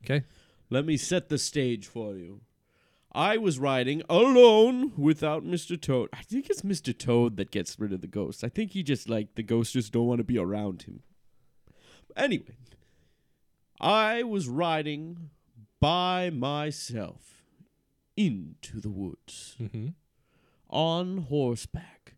Okay.
Let me set the stage for you. I was riding alone without Mr. Toad. I think it's Mr. Toad that gets rid of the ghost. I think he just, like, the ghosts just don't want to be around him. Anyway, I was riding by myself into the woods.
Mm-hmm.
on horseback.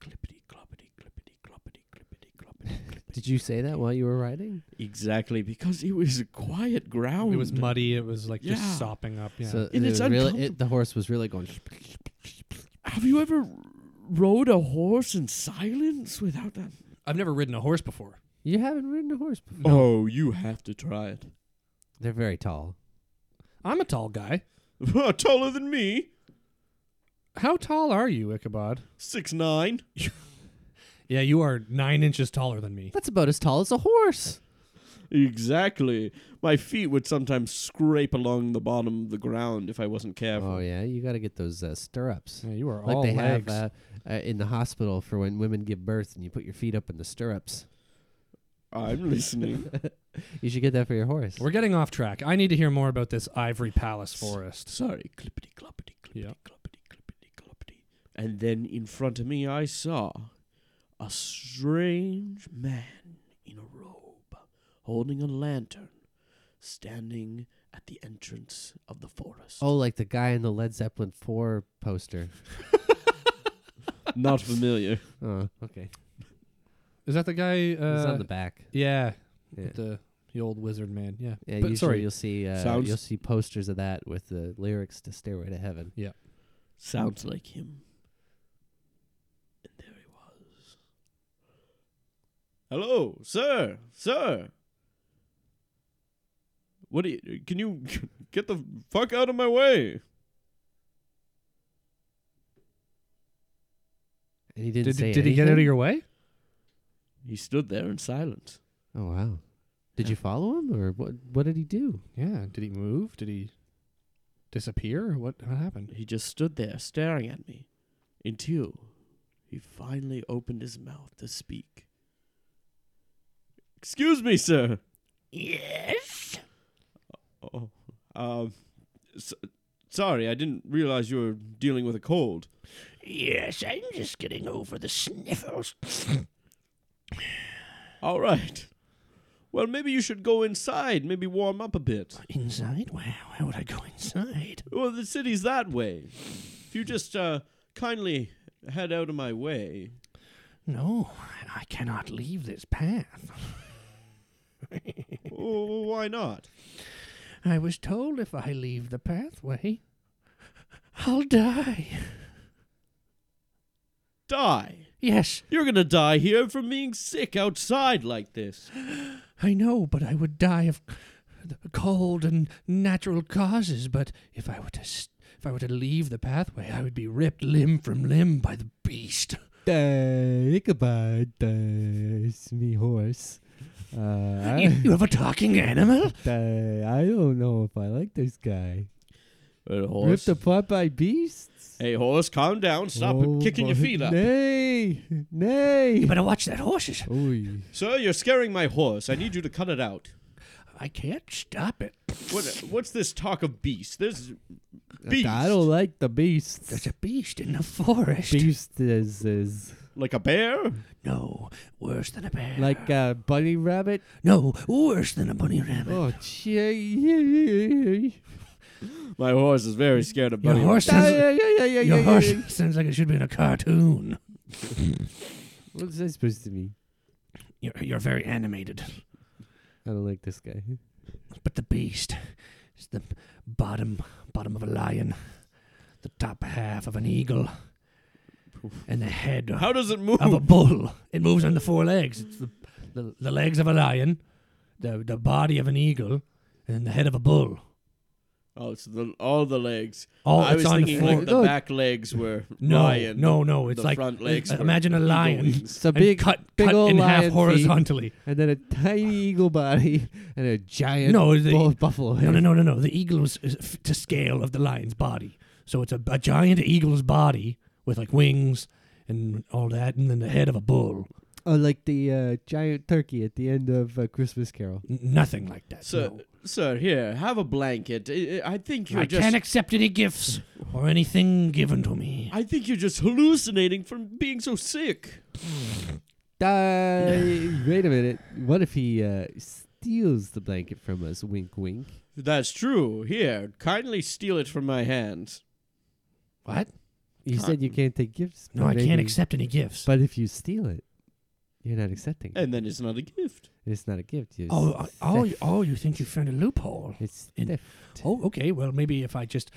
Clippity cloppity clippity cloppity clippity cloppity
[LAUGHS]
clippity.
Did you say that while you were riding?
Exactly because it was a quiet ground.
It was muddy. It was like
Yeah.
just sopping up. Oh. Yeah.
So
And
the
it's
really,
uncomfortable.
it, the horse was really going.
Have you ever rode a horse in silence without that?
I've never ridden a horse before.
You haven't ridden a horse before.
Oh, you have to try it.
They're very tall.
I'm a tall guy.
[LAUGHS] Taller than me,
How tall are you, Ichabod?
six nine.
Yeah, you are nine inches taller than me.
That's about as tall as a horse.
Exactly. My feet would sometimes scrape along the bottom of the ground if I wasn't careful.
Oh yeah, you got to get those uh, stirrups,
Yeah, you are
like
all
they
legs.
have uh, uh, in the hospital for when women give birth, and you put your feet up in the stirrups.
I'm listening.
[LAUGHS] You should get that for your horse.
We're getting off track. I need to hear more about this Ivory Palace forest.
Sorry, clippity cloppity clippity
Yeah.
cloppity clippity cloppity. And then in front of me I saw a strange man in a robe holding a lantern standing at the entrance of the forest.
Oh, like the guy in the Led Zeppelin four [LAUGHS] poster.
Not familiar.
Oh, okay.
Is that the guy? Uh,
it's on the back.
yeah,
Yeah,
the the old wizard man. Yeah,
yeah
but
usually
sorry.
you'll see uh,
Sounds-
you'll see posters of that with the lyrics to "Stairway to Heaven."
[LAUGHS] Sounds like him. And there he was. Hello, sir, sir. What do you? Can you [LAUGHS] get the fuck out of my way?
And he didn't
did
say
did he get out of
anything?
your way?
He stood there in silence.
Oh wow! Did you follow him, or what? What did he do?
Yeah. Did he move? Did he disappear? What what happened?
He just stood there staring at me until he finally opened his mouth to speak. Excuse me, sir. Yes. Oh, um, s sorry, I didn't realize you were dealing with a cold. Yes, I'm just getting over the sniffles. All right. Well, maybe you should go inside, maybe warm up a bit.
Inside? Where, where would I go inside?
Well, the city's that way. If you just uh, kindly head out of my way.
No, I cannot leave this path. [LAUGHS]
Oh, why not?
I was told if I leave the pathway, I'll die.
Die.
Yes,
You're gonna die here from being sick outside like this.
I know, but I would die of c- the cold and natural causes. But if I were to s if I were to leave the pathway, I would be ripped limb from limb by the beast.
Die, goodbye, die, it's me horse. Uh,
You,
I,
[LAUGHS]
[LAUGHS]
you have a talking animal?
die, I don't know if I like this guy.
Hey,
Ripped
horse,
apart by beasts.
hey, horse calm down. Stop
Oh,
kicking your
boy.
feet up.
Nay,
You
nay.
better watch that horses.
Oy.
Sir, you're scaring my horse. I need you to cut it out.
I can't stop it.
What, what's this talk of beast? There's beast.
I don't like the beasts.
There's a beast in the forest.
Beast is, is
Like a bear?
No, worse than a bear.
like
uh,
a bunny
[LAUGHS]
rabbit.
no, worse than a bunny rabbit.
Oh, gee.
My horse is very scared of
Your
bunny.
horse
Yeah,
sounds,
yeah, yeah, yeah, yeah,
your
yeah,
horse
yeah.
sounds like it should be in a cartoon.
What's that supposed to mean?
You're, you're very animated.
I don't like this guy.
But the beast is the bottom bottom of a lion, the top half of an eagle, and the head
How does it move?
of a bull. It moves on the four legs. It's the, the, the legs of a lion, the, the body of an eagle, and the head of a bull.
Oh, it's the, all the legs.
All Oh,
I
it's
was
on
thinking
the floor.
like the back legs were
no,
lion.
no, no. It's
the
like
front legs.
uh,
were
imagine a
eagle
lion
wings.
It's a
and
big,
cut
big
cut
old
in half
lion feet.
horizontally.
and then a tiny eagle body [LAUGHS] and a giant
No, the-
bull buffalo
No,
head.
no, no, no, no. The eagle is is f- to scale of the lion's body. So it's a, a giant eagle's body with like wings and all that, and then the head of a bull.
Oh, like the uh, giant turkey at the end of uh, Christmas Carol.
N- nothing like that.
Sir,
no.
sir, here, have a blanket. I, I I think you're
I
just.
can't accept any gifts or anything given to me.
I think you're just hallucinating from being so sick.
Die. Wait a minute. What if he uh, steals the blanket from us? Wink, wink.
That's true. Here, kindly steal it from my hands.
What?
You said you can't take gifts.
No,
but
I can't
maybe-
accept any gifts.
But if you steal it, you're not accepting it.
And then it's not a gift.
It's not a gift. It's
oh, uh, oh,
theft.
you- oh, you think you found a loophole?
[LAUGHS] It's
in-
theft.
Oh, okay. Well, maybe if I just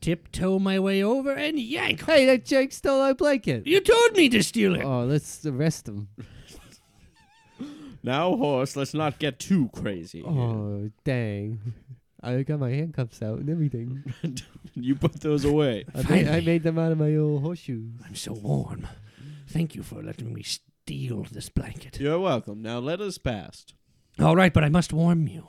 tiptoe my way over and yank.
Hey, that Jake stole our blanket.
You told me to steal it.
Oh, let's arrest him.
Now, horse, let's not get too crazy. here.
Oh, dang. [LAUGHS] I got my handcuffs out and everything.
[LAUGHS]
You put those away.
I made, I
Finally.
made them out of my old horseshoes.
I'm so warm. Thank you for letting me steal this blanket.
You're welcome. Now let us pass.
All right, but I must warm you.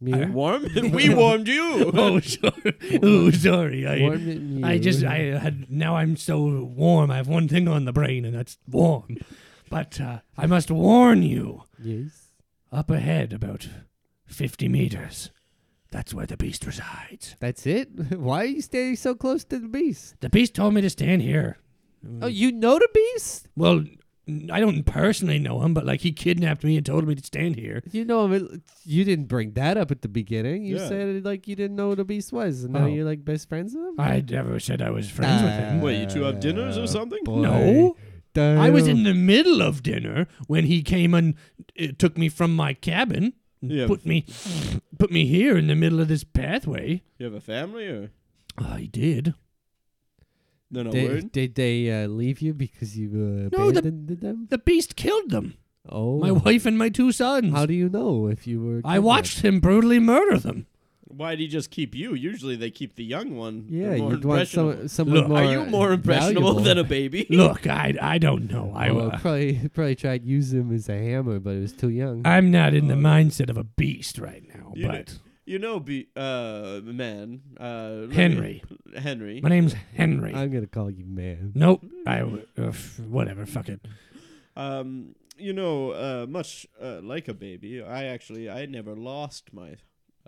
Me?
Warm? [LAUGHS] we warmed you.
Oh, sorry. Oh, sorry. I,
Warm it me.
[LAUGHS] I just, I had, now I'm so warm. I have one thing on the brain, and that's warm. But uh, I must warn you
Yes.
up ahead, about 50 meters. That's where the beast resides.
That's it? [LAUGHS] Why are you standing so close to the beast?
The beast told me to stand here. Mm.
Oh, you know the beast?
Well, I don't personally know him, but like he kidnapped me and told me to stand here.
You know him. it- You didn't bring that up at the beginning. You
Yeah.
said it like you didn't know who the beast was, and now
Oh.
you're like best friends with him?
I never said I was friends with him.
Wait, you two have dinners or something?
Ah,
No.
Damn.
I was in the middle of dinner when he came and uh, took me from my cabin, and
Yeah.
put me put me here in the middle of this pathway.
You have a family or
I did.
then a
Did,
word?
did they uh, leave you because you uh,
No, the-
abandoned them?
The beast killed them.
Oh.
My wife and my two sons.
How do you know if you were.
I
kidnapped?
watched him brutally murder them.
Why'd he just keep you? Usually they keep the young one.
Yeah,
They're more
you'd want
impressionable.
some, someone
Look,
more.
Are you more impressionable
valuable.
than a baby?
[LAUGHS] Look, I I don't know. I
Well,
uh,
probably [LAUGHS] probably tried to use him as a hammer, but it was too young.
I'm not in the mindset of a beast right now.
You
but
You know, be, uh, man. Uh, let me-
Henry,
Henry.
my name's Henry.
I'm gonna call you man.
nope. I w- uh, f- whatever. Fuck it.
Um, you know, uh, much uh, like a baby, I actually I never lost my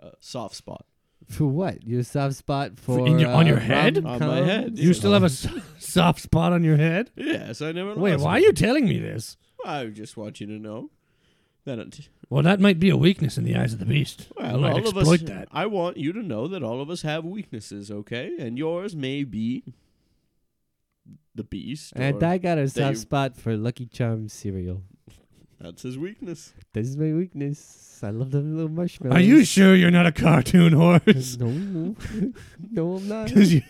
uh, soft spot.
For what? Your soft spot for,
in your- on
uh,
your head?
rom-coms?
On my head,
You still have a s- [LAUGHS] soft spot on your head?
Yes, I never.
Wait,
lost
why are
it.
you telling me this?
I just want you to know That it,
Well, that might be a weakness in the eyes of the beast.
well,
might
all
exploit
of us.
that.
I want you to know that all of us have weaknesses, okay? And yours may be the beast.
And
or-
I got a soft
you-
spot for Lucky Charms cereal.
that's his weakness.
This is my weakness. I love them little marshmallows.
Are you sure you're not a cartoon [LAUGHS] horse?
No, no, [LAUGHS] no, I'm not.
'Cause you,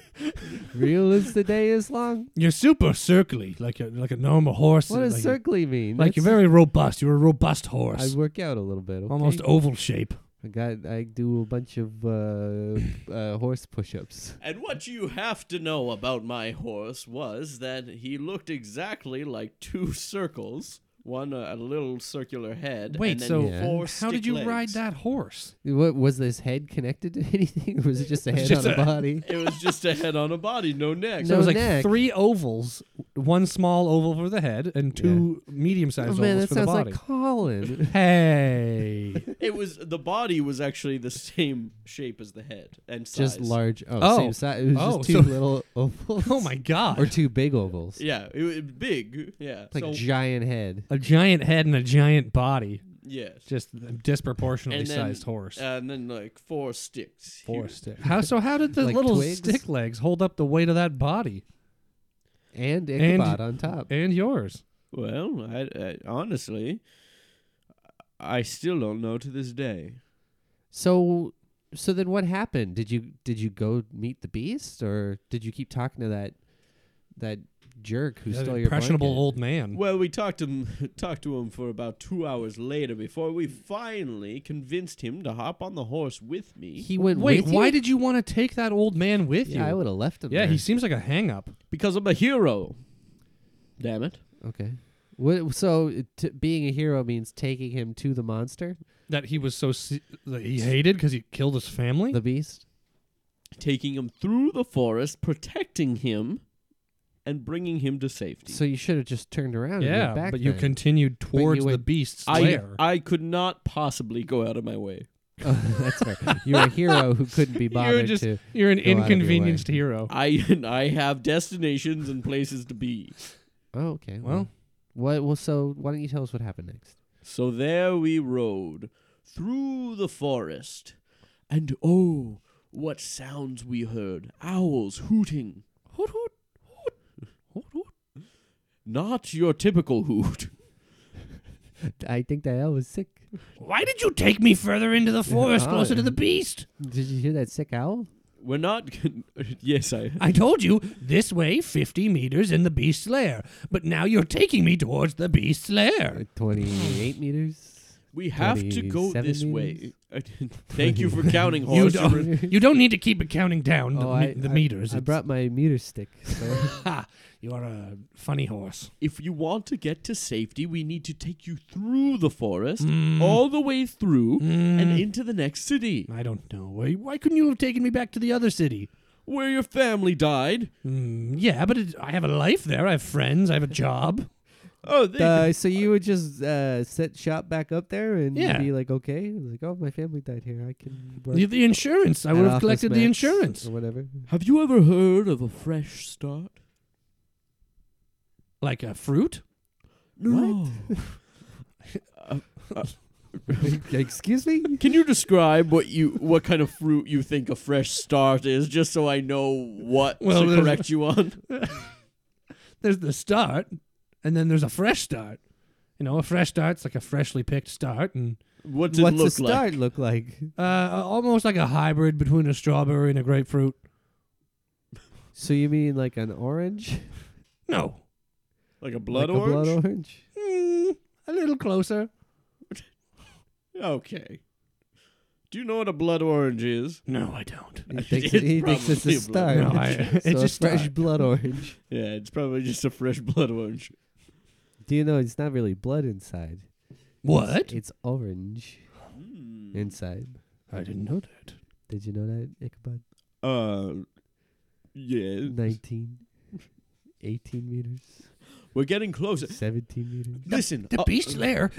Real as the day is
[LAUGHS]
long.
you're super circly, like a like a normal horse.
What does
like,
circly mean?
like you're
That's-
very robust. You're a robust
I
horse,
work out a little bit. Okay?
almost oval shape.
I got. I do a bunch of uh, uh, horse push-ups.
And what you have to know about my horse was that he looked exactly like two circles. One a, a little circular head.
Wait,
and then
so
Yeah.
four
How
stick
did you
legs.
ride that horse?
What was this head connected to [LAUGHS] anything? Or was it
[LAUGHS]
just a head
just
on a,
a-
body?
It was just a head on a body, no neck.
So it
No
was like
neck.
three ovals, one small oval for the head, and two medium-sized
Oh man, that
ovals for the
sounds
body.
like Colin.
[LAUGHS]
[LAUGHS]
hey,
It was the body was actually the same shape as the head and size.
just large. Oh,
Oh.
same size. It was
Oh,
just two
so- [LAUGHS]
little ovals.
[LAUGHS] oh my god!
Or two big ovals.
Yeah, it, it, big. Yeah.
Like
so,
giant head.
a giant head and a giant body,
yes.
just a disproportionately
And then-
sized
uh,
horse.
And then like four sticks.
Four
Huge.
stick. How so? How did the
Like
little
twigs?
stick legs hold up the weight of that body
And
And-
Ichabod on top.
and yours?
Well, I, I honestly, I still don't know to this day.
So so then what happened? Did you did you go meet the beast or did you keep talking to that that jerk who
That
stole your
impressionable
blanket?
old man.
Well, we talked to him, [LAUGHS] talked to him for about two hours later before we finally convinced him to hop on the horse with me
He went
Wait,
with
why
you?
did you want to take that old man with
Yeah, I
you?
would have left him
yeah,
there.
he seems like a hang up.
because I'm a hero. Damn it!
Okay. What, so uh, t- being a hero means taking him to the monster,
That he was so se- that he hated because he killed his family.
the beast.
Taking him through the forest, protecting him, and bringing him to safety.
So you should have just turned around. and
yeah,
went back
but you
then.
continued towards the
went-
beast's
I
lair.
I could not possibly go out of my way.
[LAUGHS] Oh, that's fair. You're a
[LAUGHS]
hero who couldn't be bothered
you're just
to.
you're an
go out of your way.
inconvenienced hero.
I [LAUGHS] I have destinations and places to be.
Oh, okay.
Well,
What? Well, so why don't you tell us what happened next?
So there we rode through the forest, and oh, what sounds we heard! Owls hooting,
hoot, hoot, hoot, hoot, hoot.
not your typical hoot. [LAUGHS]
I think that owl was sick.
Why did you take me further
[LAUGHS]
into the forest,
I-
closer to the beast?
Did you hear that sick owl?
We're not. Con- [LAUGHS] yes, I.
I told you this way, fifty meters in the beast's lair. But now you're taking me towards the beast's lair.
Twenty-eight
Hmm.
meters.
We have to go
27
this way.
meters?
[LAUGHS] Thank you for counting,
[LAUGHS] You [LAUGHS]
horse.
don't, you don't need to keep it counting down the, me- the meters.
Oh, I,
It's- [LAUGHS]
brought my meter stick. So
ha, you are a funny horse.
If you want to get to safety, we need to take you through the forest,
Mm.
all the way through, and
Mm.
into the next city
I don't know. Why, why couldn't you have taken me back to the other city?
where your family died.
Mm, yeah, but it, I have a life there. I have friends. I have a job.
Oh, they,
uh, so you would just uh, set shop back up there and
Yeah.
be like, okay, And like, oh, my family died here. I can work.
The, the insurance. I
at
would have
Office
collected
Max
the insurance.
or whatever. [LAUGHS]
have you ever heard of a fresh start?
Like a fruit?
No. Uh,
Excuse
[LAUGHS]
me.
can you describe what you what kind of fruit you think a fresh start is, just so I know what
Well,
to
there's-
correct you on?
[LAUGHS] There's the start, and then there's a fresh start. You know, a fresh start's like a freshly picked start, and
What does it
What's
look
a start
like?
look like?
uh, almost like a hybrid between a strawberry and a grapefruit.
So you mean like an orange?
No,
Like a blood
like
orange?
A blood
[LAUGHS]
orange.
mm, a little closer.
okay. Do you know what a blood orange is?
No, I don't.
He thinks,
It's
it, he thinks it's a
probably
star.
a
No,
[LAUGHS]
I, it's
so a
just
fresh blood orange.
Yeah, it's probably just a fresh [LAUGHS] blood orange.
Do you know it's not really blood inside?
What?
It's orange Hmm. inside.
I didn't know that.
Did you know that, Ichabod?
Uh, yeah.
19, 18 meters.
We're getting
Oh,
closer.
17 meters.
Listen,
The
uh,
beast lair.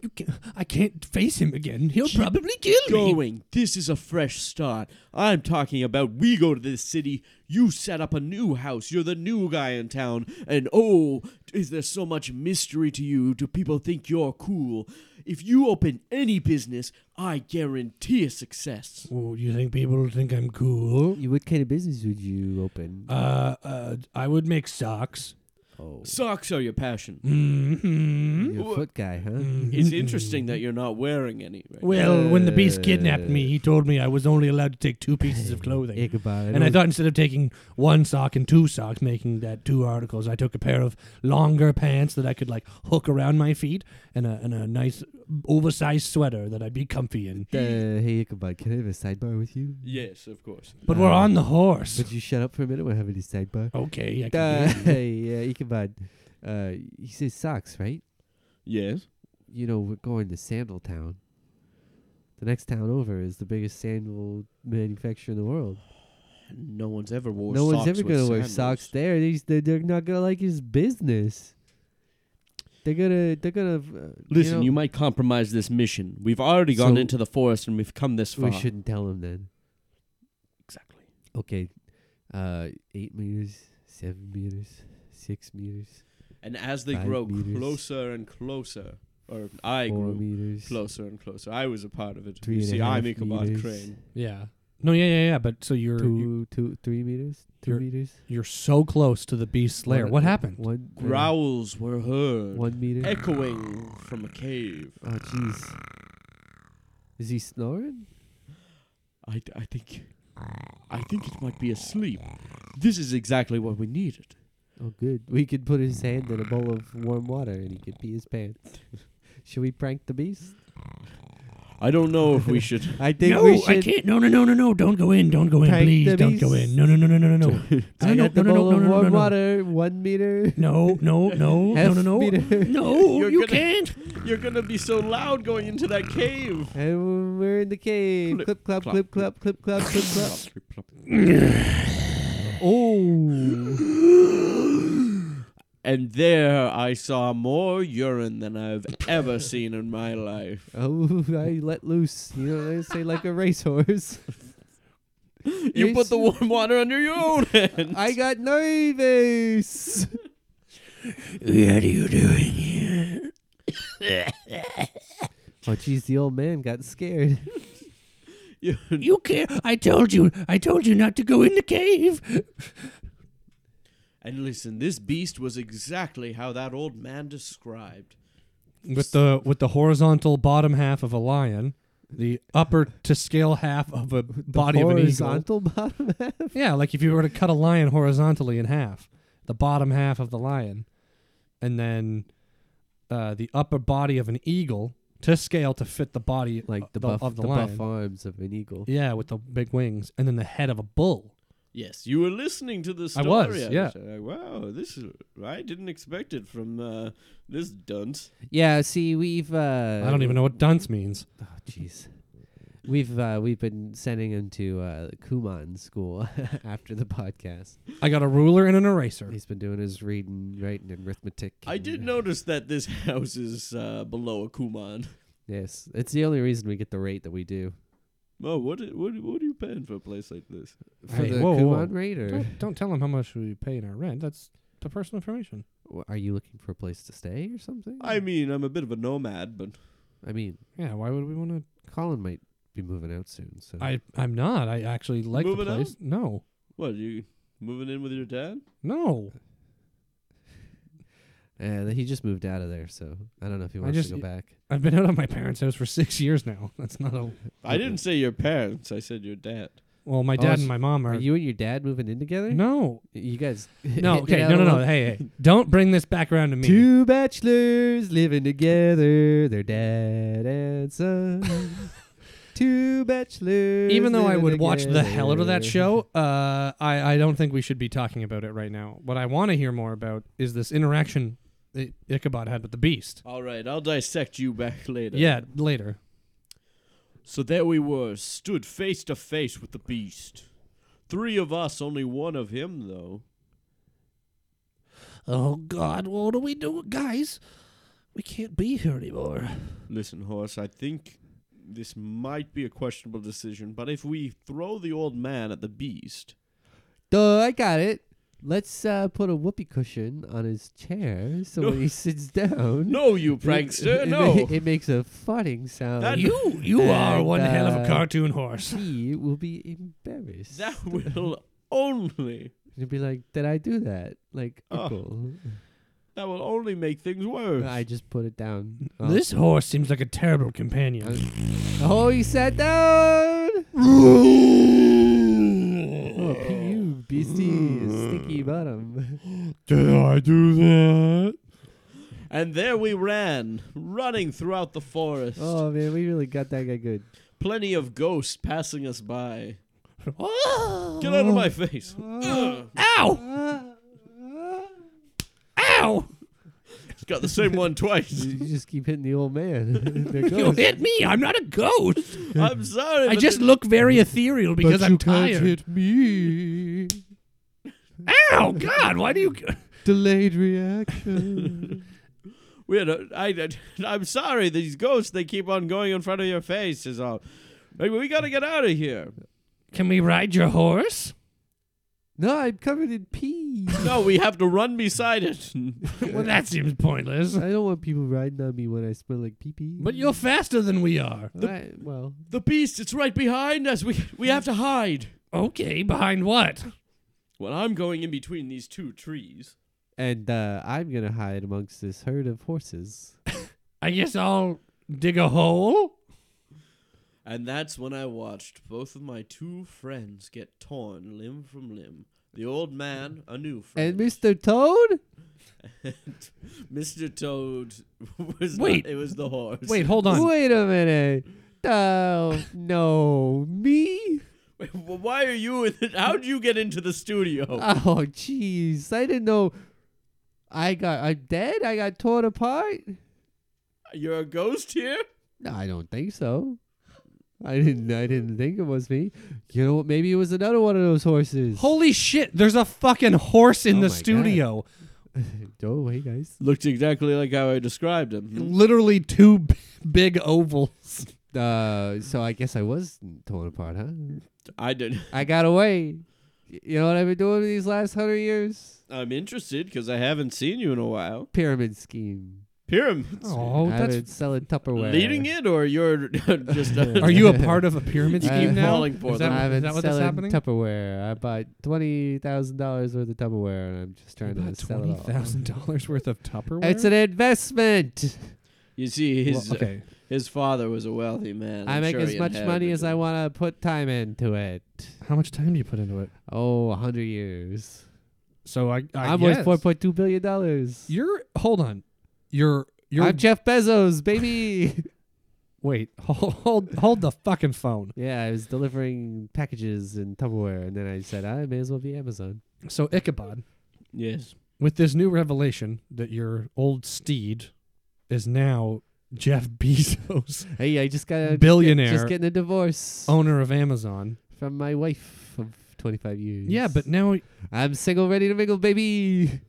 You can, I can't face him again. He'll probably kill me.
going. This is a fresh start. I'm talking about we go to this city, you set up a new house, you're the new guy in town, and oh, is there so much mystery to you? Do people think you're cool? If you open any business, I guarantee a success.
Oh, you think people think I'm cool?
You- What kind of business would you open?
Uh, uh I would make socks.
oh,
Socks are your passion.
hmm Mm,
you're a foot guy, huh?
Mm-hmm.
It's interesting that you're not wearing any. Right?
Well, when the beast
Uh,
kidnapped me, he told me I was only allowed to take two pieces
[LAUGHS]
of clothing.
Ichabod. oh.
and I
don't-
thought instead of taking one sock and two socks, making that two articles, I took a pair of longer pants that I could like hook around my feet, and a and a nice oversized sweater that I'd be comfy in.
Uh, hey, Ichabod, can I have a sidebar with you?
yes, of course.
But
uh,
we're on the horse.
Would you shut up for a minute? We're having a sidebar.
Okay, I
Uh,
can
[LAUGHS]
do it.
yeah, Ichabod. Uh, he says socks, right?
Yes.
You know, we're going to Sandal Town. The next town over is the biggest sandal manufacturer in the world.
No one's ever wore.
no one's
socks
ever
with
gonna wear
sandals.
socks there. They're, they're, they're not gonna like his business. They're gonna they're gonna uh,
Listen,
know,
you might compromise this mission. We've already gone
So-
into the forest and we've come this far.
We shouldn't tell him then.
Exactly.
Okay, uh, eight meters, seven meters, six meters,
And as they
Five
grow
meters.
closer and closer, or I
four
grew
meters,
closer and closer. I was a part of it.
Three
you
and a
see, I'm
half
Ichabod
meters.
Crane.
yeah. No, yeah, yeah, yeah. But so you're
two,
you,
two, three meters, two
You're-
meters.
you're so close to the beast lair.
one-
What happened?
One uh,
Growls were heard,
One meter.
echoing from a cave.
oh, jeez. Is he snoring?
I, I think, I think it might be asleep. This is exactly what we needed.
Oh, good. We could put his hand in a bowl of warm water and he could pee his pants. [LAUGHS] should we prank the beast?
I don't
[LAUGHS]
know if we should. [LAUGHS]
I think
no,
we should.
I can't. No, no, no, no, no. Don't go in. Don't go in.
Prank
Please
the
don't go
beast.
in. No, no, no, no, no, no, no.
I
No, no,
got the
no, no,
bowl
no,
of
no, no,
warm
no.
water. One meter.
No,
[LAUGHS]
no, no, no,
Half
no, no.
meter. [LAUGHS]
No,
You're
you
gonna-
can't.
You're gonna be so loud going into
[LAUGHS]
that cave.
And we're in the cave. Clip,
Clip,
clap,
clop,
clip, clap, clip, clap, clip,
[LAUGHS]
clap. [LAUGHS]
Oh. And there I saw more urine than I've ever seen in my life.
Oh, I let loose. You know what I say? Like a
[LAUGHS]
racehorse.
You put the warm water under your [LAUGHS] own hand.
I got nervous.
What are you doing here?
Oh, jeez, the old man got scared.
You-
You can't. I told you. I told you not to go in the cave.
and listen, this beast was exactly how that old man described.
With the with the horizontal bottom half of a lion, the upper to scale half of a body of an eagle.
horizontal bottom [LAUGHS] half.
Yeah, like if you were to cut a lion horizontally in half, the bottom half of the lion, and then uh, the upper body of an eagle to scale to fit the body uh,
Like the,
the-
buff,
of the,
the
lion.
buff arms of an eagle.
yeah, with the big wings, and then the head of a bull.
Yes, you were listening to the
I
story.
was,
was
yeah.
like, wow, this is. I didn't expect it from uh, this dunce.
Yeah, see, we've. Uh,
I don't even know what dunce means.
Oh, jeez. We've uh, we've been sending him to uh, Kuman school [LAUGHS] after the podcast.
I got a ruler and an eraser.
He's been doing his reading, writing, and arithmetic.
I
and-
did notice that this [LAUGHS] house is uh, below a Kuman.
Yes, it's the only reason we get the rate that we do
Oh, what, i- what, what are you paying for a place like this?
for
Hey,
the
whoa, whoa, whoa.
Kumon rate. Or
Don't, don't tell him how much we pay in our rent. That's the personal information.
w- are you looking for a place to stay or something?
I mean, I'm a bit of a nomad, but
I mean,
Yeah, why would we want to?
Colin might be moving out soon, so
I I'm not. I actually like
Moving
the
out?
place. No,
what, you moving in with your dad?
no.
and Uh, he just moved out of there, so I don't know if he
I
wants
just-
to go
[LAUGHS]
back.
I've been out of my parents' house for [LAUGHS] six years now. That's not a.
I didn't say your parents, I said your dad.
Well, my
Oh,
dad
s-
and my mom
Are
are.
you and your dad moving in together?
no,
You guys. [LAUGHS]
no. Okay, no, no, no. Hey, [LAUGHS] hey, don't bring this back around to me.
Two bachelors living together, their dad and
[LAUGHS]
son. Two bachelors.
Even though I
living
would watch the hell out of that
together.
show, uh, I I don't think we should be talking about it right now. What I want to hear more about is this interaction that Ichabod had with the Beast.
All right, I'll dissect you back later.
Yeah, later.
So there we were, stood face to face with the beast. Three of us, only one of him, though.
Oh God, what do we do, guys? We can't be here anymore.
Listen, Horse, I think this might be a questionable decision, but if we throw the old man at the beast,
Duh, I got it. Let's uh, put a whoopee cushion on his chair so
No.
when he sits down.
no, you
it- [LAUGHS]
prankster,
it,
no.
It, makes a farting sound.
That-
You, you are
And,
one hell of
uh,
a cartoon horse.
he [LAUGHS] will be embarrassed.
that will only
[LAUGHS] He'll be like, "Did I do that?" Like,
Oh.
uncle.
that will only make things worse.
I just put it down. Oh.
This horse seems like a terrible [LAUGHS] companion.
Oh, he sat down. Oh, PU, BC, sticky
Mm.
bottom. [LAUGHS]
Did I do that?
and there we ran, running throughout the forest.
Oh man, we really got that guy
[LAUGHS]
good.
Plenty of ghosts passing us by. Get out
Oh.
of my face. Ugh.
[GASPS] Ow! Ow!
It's got the same one twice.
You [LAUGHS] you just keep hitting the old man. [LAUGHS] There
You
goes.
hit me! I'm not a ghost.
I'm sorry.
I
but
just
the-
look very ethereal because I'm tired.
hit me.
Ow! God, why
[LAUGHS]
do you?
Delayed
[LAUGHS]
reaction. [LAUGHS]
we had a, Mm. I, I, I'm sorry. These ghosts they keep on going in front of your face. Is all. Like, we gotta get out of here.
Can we ride your horse?
no, I'm covered in pee.
No, we have to run beside it. [LAUGHS]
[LAUGHS] well, that seems
[LAUGHS]
pointless.
I don't want people riding on me when I smell like pee pee.
But you're faster than we are.
well,
[LAUGHS]
The beast, it's right behind us. We we have to hide.
Okay, behind what?
Well, I'm going in between these two trees.
and uh, I'm gonna hide amongst this herd of horses.
I guess I'll dig a hole.
And that's when I watched both of my two friends get torn limb from limb. The old man, a new
And
friend. [LAUGHS]
Mr. Toad,
Mr. Toad [LAUGHS] was
Wait.
not, it was the horse.
Wait, hold on.
wait a minute. Oh no, me?
Wait, wh- why are you in the, how'd you get into the studio?
Oh jeez, I didn't know. I got I'm dead. I got torn apart.
You're a ghost here?
No, I don't think so. I didn't. I didn't think it was me. You know what? Maybe it was another one of those horses. [LAUGHS]
Holy shit, there's a fucking horse in
Oh
the
my God.
studio.
oh, hey guys.
Looked exactly like how I described him. Hmm?
Literally two b- big ovals.
Uh, so I guess I was torn apart, huh?
I did.
I got away. Y- You know what I've been doing these last hundred years?
I'm interested because I haven't seen you in a while.
Pyramid scheme.
Pyramids.
Oh,
I've
that's.
been selling Tupperware.
Leading it, or you're [LAUGHS] just a,
[LAUGHS]
Are
[LAUGHS]
you a part of a pyramid
You keep
scheme now?
falling for
is
them.
that,
I've
is
been
that what's
selling
happening?
Tupperware. I bought twenty thousand dollars worth of Tupperware, and I'm just trying to sell
twenty
it all.
thousand dollars worth of Tupperware.
It's an investment.
You see, his
Well, okay.
his father was a wealthy man.
I
I'm
make
sure
as
he
much money as
inherited
I
it.
want to put time into it.
How much time do you put into it?
Oh, a hundred years.
So I, I
I'm
guess
worth four point two billion dollars.
You're hold on. You're you're
I'm Jeff Bezos, baby. [LAUGHS]
wait. [LAUGHS] Hold, hold hold the fucking phone.
yeah, I was delivering packages in Tupperware, and then I said I may as well be Amazon.
So Ichabod,
Yes.
with this new revelation that your old steed is now
[LAUGHS]
Jeff Bezos,
Hey, I just got a
Billionaire. Oh.
Just getting a divorce
owner of Amazon.
from my wife of 25 years.
Yeah, but now
I'm single, ready to mingle, baby.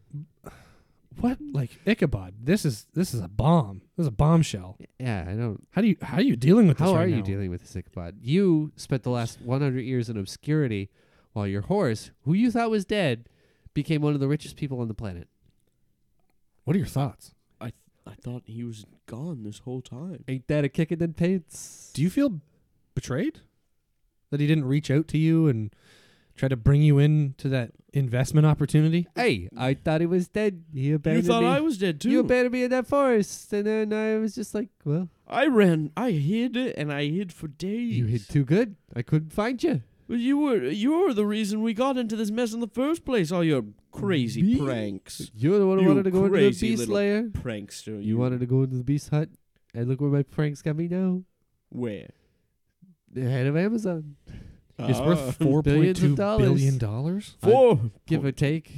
what? Like Ichabod, this is this is a bomb. This is a bombshell.
Yeah, I don't.
How do you how are you dealing with this?
How
right
are you
now?
dealing with this Ichabod? You spent the last 100 years in obscurity while your horse, who you thought was dead, became one of the richest people on the planet.
What are your thoughts?
I I thought he was gone this whole time.
Ain't that a kick in the pants?
Do you feel betrayed that he didn't reach out to you and try to bring you into that investment opportunity?
Hey, I thought he was dead. He
you
abandoned
thought
me.
I was dead too.
you abandoned me in that forest, and then I was just like, well,
I ran. I hid and I hid for days.
you hid too good. I couldn't find you.
Well, you were you were the reason we got into this mess in the first place. All your crazy
Me?
pranks,
You're the one who
You
wanted to go into the
crazy
beast
little
lair.
prankster.
You wanted to go into the beast hut, and look where my pranks got me now.
where?
The head of Amazon. [LAUGHS]
It's
Ah.
worth four point
Uh, billions
two
of dollars.
billion dollars.
four.
Give or take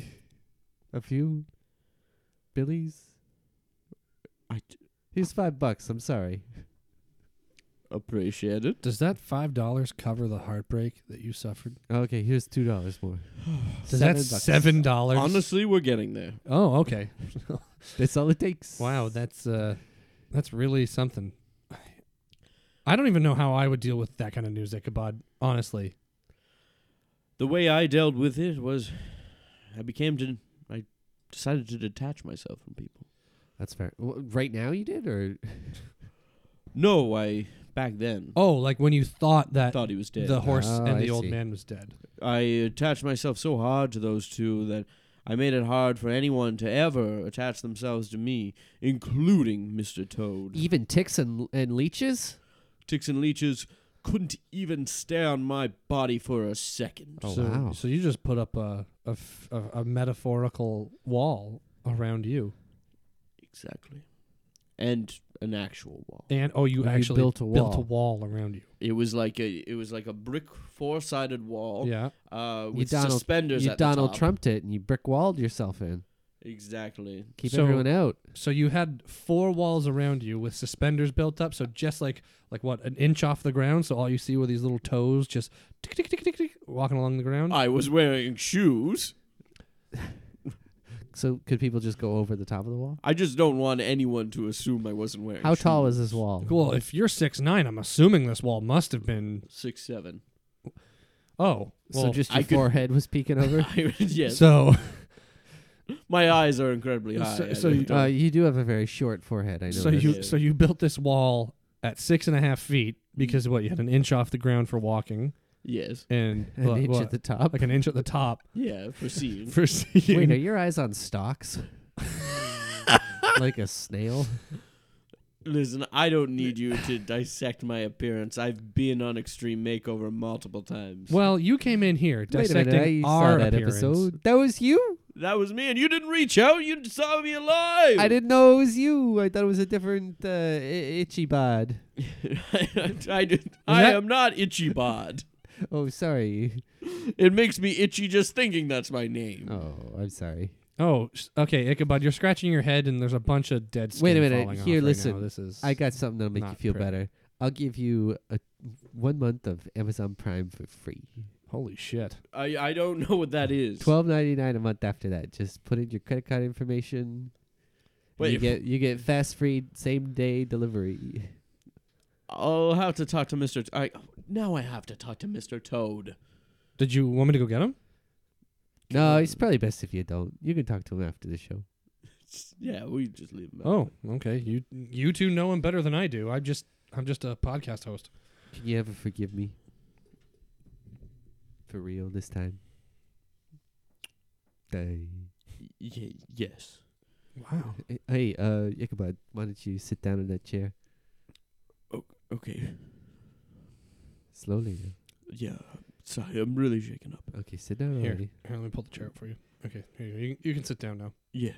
a few billies.
I d-
Here's five bucks. I'm sorry.
appreciated.
Does that five dollars cover the heartbreak that you suffered?
Okay, here's two dollars [SIGHS] more.
Does
Seven
that
bucks.
seven dollars?
Honestly, we're getting there.
Oh, okay.
That's all it takes.
Wow, that's uh, that's really something. I don't even know how I would deal with that kind of news, Ichabod. Honestly,
The way I dealt with it was, I became to, I decided to detach myself from people.
That's fair. Wh- right now you did, or
No, I back then
oh, like when you thought that
thought he was dead.
the horse
Oh,
and
I
the old
see.
man was dead.
I attached myself so hard to those two that I made it hard for anyone to ever attach themselves to me, including Mr. Toad.
even ticks and and leeches?
Ticks and leeches couldn't even stare on my body for a second.
Oh,
so,
wow.
So you just put up a a f- a- a metaphorical wall around you,
Exactly. And an actual wall.
and oh, you
You
actually
built a wall.
wall around you.
It was like a it was like a brick four sided wall
Yeah.
uh,
you
with
Donald,
suspenders
you
at
Donald
the top.
Trumped it, and you brick walled yourself in.
Exactly.
Keep
So-
everyone out.
So you had four walls around you with suspenders built up. So just like like what an inch off the ground. So all you see were these little toes just tick tick tick tick tick walking along the
Mm.
ground.
I was wearing shoes.
So could people just go over the top of the wall?
I just don't want anyone to assume I wasn't wearing
How tall
shoes.
is this wall?
Well, if you're six nine, I'm assuming this wall must have been.
Six
[LAUGHS]
seven. [LAUGHS]
Oh, well,
so just
I
your
could-
forehead was peeking
[LAUGHS]
over.
I- yes.
so
My eyes are incredibly
So-
high. I
so you-
don't-
Uh, you do have a very short forehead. I know.
so
that.
you
is.
so you built this wall at six and a half feet because what you had an inch off the ground for walking
yes.
and
[LAUGHS] an
what-
inch
what,
at the top.
like an inch at the
[LAUGHS]
top
Yeah, proceed.
for seeing.
Wait, are your eyes on [LAUGHS] stalks? like a snail.
Listen, I don't need you
[LAUGHS]
to dissect my appearance. I've been on Extreme Makeover multiple times.
well, you came in here
Wait a minute,
dissecting
I saw
our
that
appearance.
episode. That was you.
That was me, and you didn't reach out. You saw me alive.
I didn't know it was you. I thought it was a different uh, I- itchy bod.
[LAUGHS] I, I did. I
that-
am not
[LAUGHS]
Itchy Bod.
Oh, sorry.
It makes me itchy just thinking that's my name.
Oh, I'm sorry.
Oh, s- okay, Ichabod, you're scratching your head, and there's a bunch of dead skin.
Wait a minute,
falling off
here,
right
listen.
now. This is
I got something that'll make you
Not
feel
pretty.
better. I'll give you a one month of Amazon Prime for free.
holy shit.
I, I don't know what that is.
Twelve ninety nine a month after that. Just put in your credit card information.
Wait,
you get you get fast free same day delivery.
I'll have to talk to Mr. T- I now I have to talk to Mr. Toad.
Did you want me to go get him?
No, it's probably best if you don't. You can talk to him after the show.
Yeah, we just leave him. out.
Oh, okay. You you two know him better than I do. I'm just I'm just a podcast host.
Can you ever forgive me? For real this time. Dang.
Y- yes.
Wow.
Hey, uh, Ichabod, why don't you sit down in that chair
Okay.
slowly?
Yeah. Sorry, I'm really shaken up.
Now. Okay, sit down
Here.
already.
Here, let me pull the chair up for you. Okay, here you, go. you you can sit down now.
Yes.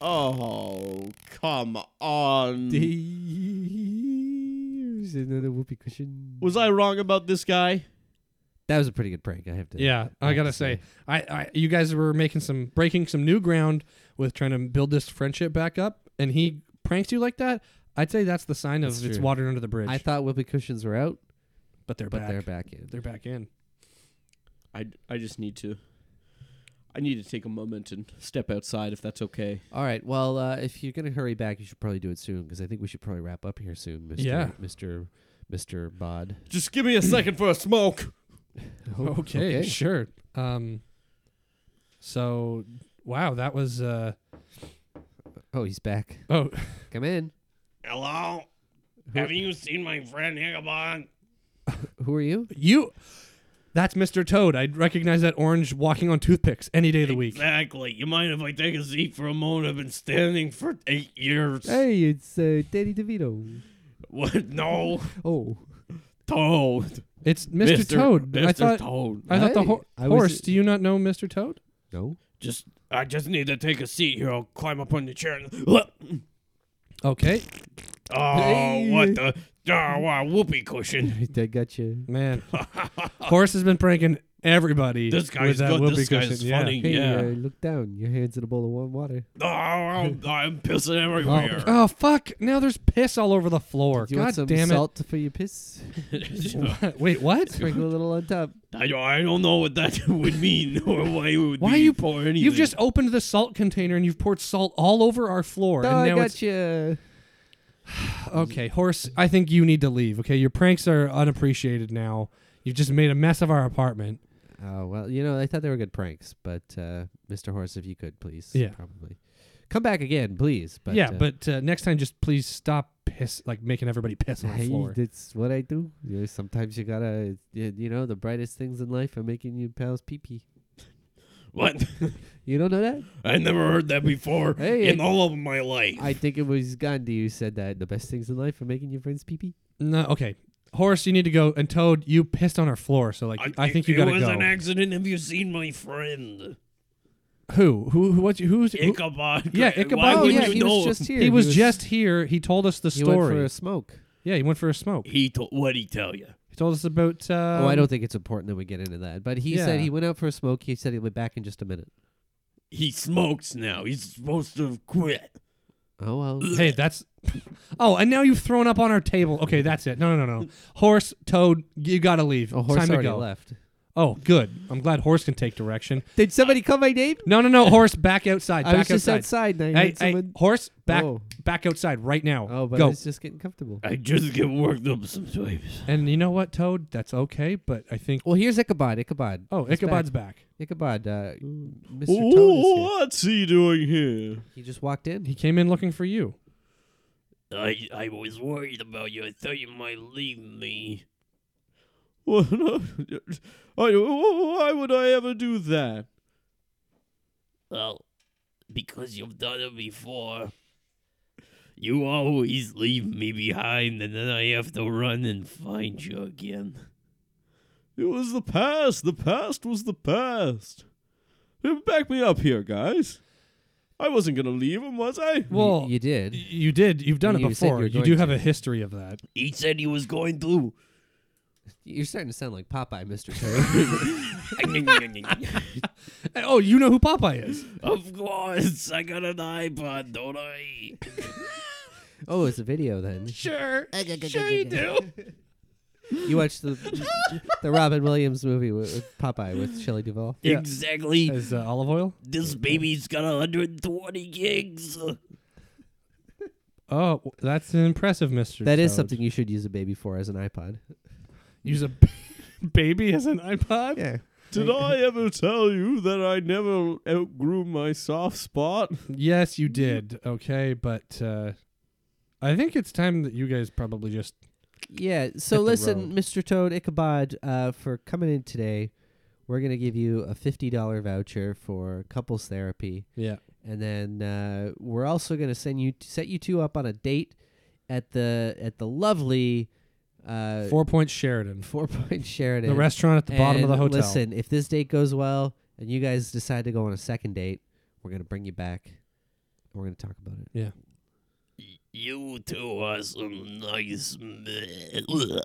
Oh, come on.
There's another whoopee cushion.
Was I wrong about this guy?
That was a pretty good prank. I have to.
Yeah, I gotta say, I, I you guys were making some breaking some new ground with trying to build this friendship back up, and he pranks you like that. I'd say that's the sign of
That's
it's
true.
watered under the bridge.
I thought whoopee cushions were out,
but they're
but
back.
they're back in.
They're back in.
I, I just need to. I need to take a moment and step outside if that's okay.
All right. Well, uh, if you're gonna hurry back, you should probably do it soon because I think we should probably wrap up here soon, Mister.
Yeah.
Mister. Mister. Bod.
Just give me a second for a smoke.
[LAUGHS] Okay, sure. Um, so wow, that was uh
Oh, he's back.
oh
Come in.
Hello? Have you seen my friend Ichabod?
Who are you?
you. That's Mr. Toad. I'd recognize that orange walking on toothpicks any day of the week.
Exactly. You mind if I take a seat for a moment? I've been standing for eight years.
Hey, it's uh, Danny DeVito.
What? No.
Oh,
Toad.
It's Mr. Toad. I thought
Toad.
I thought the
Hey,
ho-
I was-
horse. Do you not know Mr. Toad?
no.
Just, I just need to take a seat here. I'll climb up on the chair. And, look.
Okay,
Oh, what the? Oh, wow, whoopee cushion.
that got you.
[LAUGHS]
man. horse has been pranking everybody.
This
with
guy's
that
good.
whoopee
This guy's
cushion. Yeah.
funny.
Hey,
yeah.
uh, look down. Your hand's in a bowl of warm water.
Oh, I'm I'm pissing everywhere.
[LAUGHS]
Oh, oh, fuck! Now there's piss all over the floor.
Do you
God
want some
damn
salt for your piss?
Oh. [LAUGHS]
it! [LAUGHS] Wait, what?
Sprinkle a little on top.
I, don't- I don't know what that [LAUGHS] would mean or why it would
Why
be
you-
pour anything.
You've just opened the salt container and you've poured salt all over our floor.
Oh,
and
I
now
got
it's
you.
okay, horse. I think you need to leave. Okay, your pranks are unappreciated now. You've just made a mess of our apartment.
Oh well, you know I thought they were good pranks, but uh, Mr. Horse, if you could please,
Yeah.
probably come back again, please. But
yeah,
uh,
but uh, next time, just please stop piss like making everybody piss on the
Hey,
floor.
that's what I do. You know, sometimes you gotta, y- you know, the brightest things in life are making you pals pee pee.
[LAUGHS] what? [LAUGHS]
You don't know that?
I never heard that before
Hey,
in all of my life.
I think it was Gandhi who said that the best things in life are making your friends pee pee.
No, okay. Horse, you need to go. And Toad, you pissed on our floor, so like I, think you
it
gotta
was
go.
an accident. Have you seen my friend
who? Who? Who? What? Who's? who-
Ichabod?
Yeah,
Why
Ichabod,
oh
would
yeah,
you
he
know?
was just here.
He was just here. He told us the
he
story.
went for a smoke.
yeah, he went for a smoke.
[LAUGHS] he told. What would he tell you?
He told us about. Uh,
oh, I don't think it's important that we get into that. But he
yeah.
said he went out for a smoke. He said he'll be back in just a minute.
He smokes now. He's supposed to quit.
Oh well.
Hey, that's. [LAUGHS] Oh, and now you've thrown up on our table. Okay, that's it. No, no, no, no. Horse, Toad, you gotta leave.
Oh, horse
Time to
already
go.
left.
Oh, good. I'm glad Horse can take direction.
Did somebody call my name?
No, no, no. Horse, back outside.
I
back
was just outside. and I
Hey,
heard
hey,
someone.
horse, back,
Oh.
back outside right now.
Oh, but
go.
I was just getting comfortable.
[LAUGHS]
I just get worked up sometimes.
And you know what, Toad? That's okay. But I think.
Well, here's Ichabod. Ichabod.
Oh,
He's
Ichabod's
back.
back.
Ichabod. Uh, Mr. Toad is
Oh,
here.
what's he doing here? [LAUGHS]
He just walked in.
He came in looking for you.
I I was worried about you. I thought you might leave me. [LAUGHS]
Well, no, I, why would I ever do that?
Well, because you've done it before. You always leave me behind, and then I have to run and find you again.
It was the past. The past was the past. Hey, Back me up here, guys. I wasn't gonna leave him, was I?
You-
Well,
you, did.
You did. You've done it
You said you
before.
were
You,
going
do have
to.
a history of that.
He said he was going to.
You're starting to sound like Popeye, Mr.
[LAUGHS]
Toad.
Oh, you know who Popeye is.
of course, I got an iPod, don't I?
oh, it's a video then.
[LAUGHS] Sure, sure you do.
You watched the the Robin Williams movie with, with Popeye with Shelley Duvall.
Yeah.
Exactly.
Is uh, olive oil?
This baby's got 120 gigs.
Oh, that's impressive, Mister.
That is something you should use a baby for as an iPod.
Use a [LAUGHS] baby as an iPod.
Yeah.
Did I ever tell you that I never outgrew my soft spot?
Yes, you did. Okay, but uh, I think it's time that you guys probably just
Yeah.
Hit
So
the
listen,
road.
Mr. Toad Ichabod, uh, for coming in today, we're gonna give you a fifty dollar voucher for couples therapy.
yeah.
and then uh, we're also going to send you set you two up on a date at the at the lovely uh,
Four Point Sheridan,
Four Point Sheridan.
the restaurant at the bottom of the
And
hotel.
Listen, if this date goes well and you guys decide to go on a second date, we're going to bring you back. and We're going to talk about it.
You two are some nice men.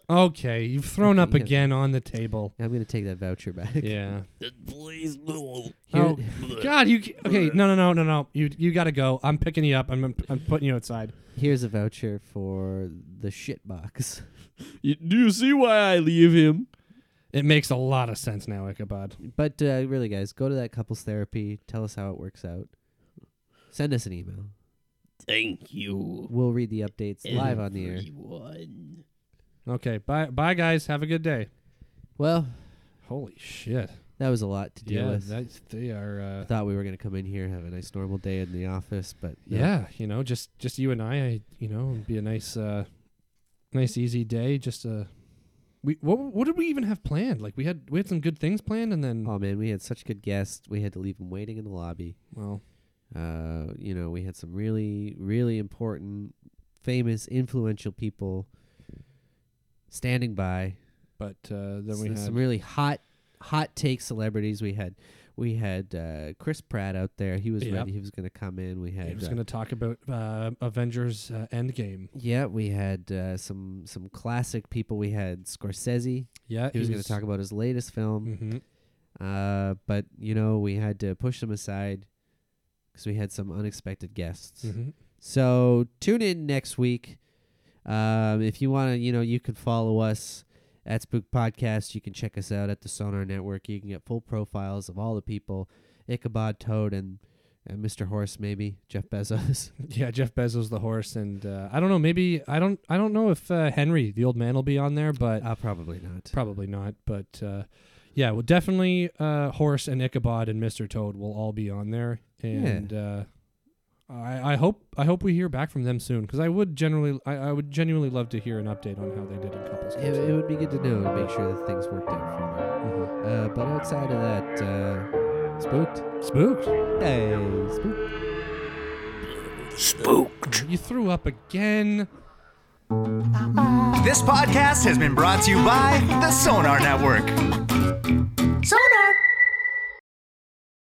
Okay, you've thrown
Okay,
up
you gotta-
again on the table.
I'm going to take that voucher back.
Yeah.
Please move.
[LAUGHS] Here-
Oh
[LAUGHS]
God, you ca- okay? No, no, no, no, no. You you gotta go. I'm picking you up. I'm I'm putting you outside.
Here's a voucher for the shit box. [LAUGHS]
You, do you see why I leave him?
It makes a lot of sense now, Ichabod.
But uh, really, guys, go to that couples therapy. Tell us how it works out. Send us an email.
Thank you.
We'll read the updates live on the air.
everyone.
Okay, bye bye guys. Have a good day.
Well,
Holy shit.
That was a lot to deal with.
they are. uh,
I thought we were going to come in here have a nice normal day in the office, but no.
yeah, you know, just just you and I. I you know, it'd be a nice, uh nice easy day. Just uh we what what did we even have planned? Like we had we had some good things planned, and then
Oh man, we had such good guests. We had to leave them waiting in the lobby.
well,
Uh, you know, we had some really, really important, famous, influential people standing by.
but uh, then we
S-
had
some really hot, hot take celebrities. We had, we had uh, Chris Pratt out there. He was
Yep.
ready. He was going to come in. We had
I was
uh,
going to talk about uh, Avengers uh, Endgame.
yeah, we had uh, some some classic people. We had Scorsese.
Yeah,
He was going to talk about his latest film.
Mm-hmm.
Uh, but you know, we had to push them aside because we had some unexpected
Mm-hmm.
guests. So tune in next week. Um, if you want to, you know, you can follow us at Spook Podcast. You can check us out at the Sonar Network. You can get full profiles of all the people, Ichabod Toad and, and Mr. Horse, maybe Jeff [LAUGHS] Bezos.
[LAUGHS] Yeah, Jeff Bezos the horse, and uh, I don't know. Maybe I don't. I don't know if uh, Henry the old man will be on there, but
uh, probably not.
probably not. But uh, yeah, well, definitely uh, horse and Ichabod and Mister Toad will all be on there, and uh, I, I hope I hope we hear back from them soon because I would generally I, I would genuinely love to hear an update on how they did in couples.
It, it would be good to know to make sure that things worked out for
Mhm.
them. Uh, but outside of that, uh, spooked.
Spooked.
Hey, spooked.
Spooked.
You threw up again.
This podcast has been brought to you by the Sonar Network.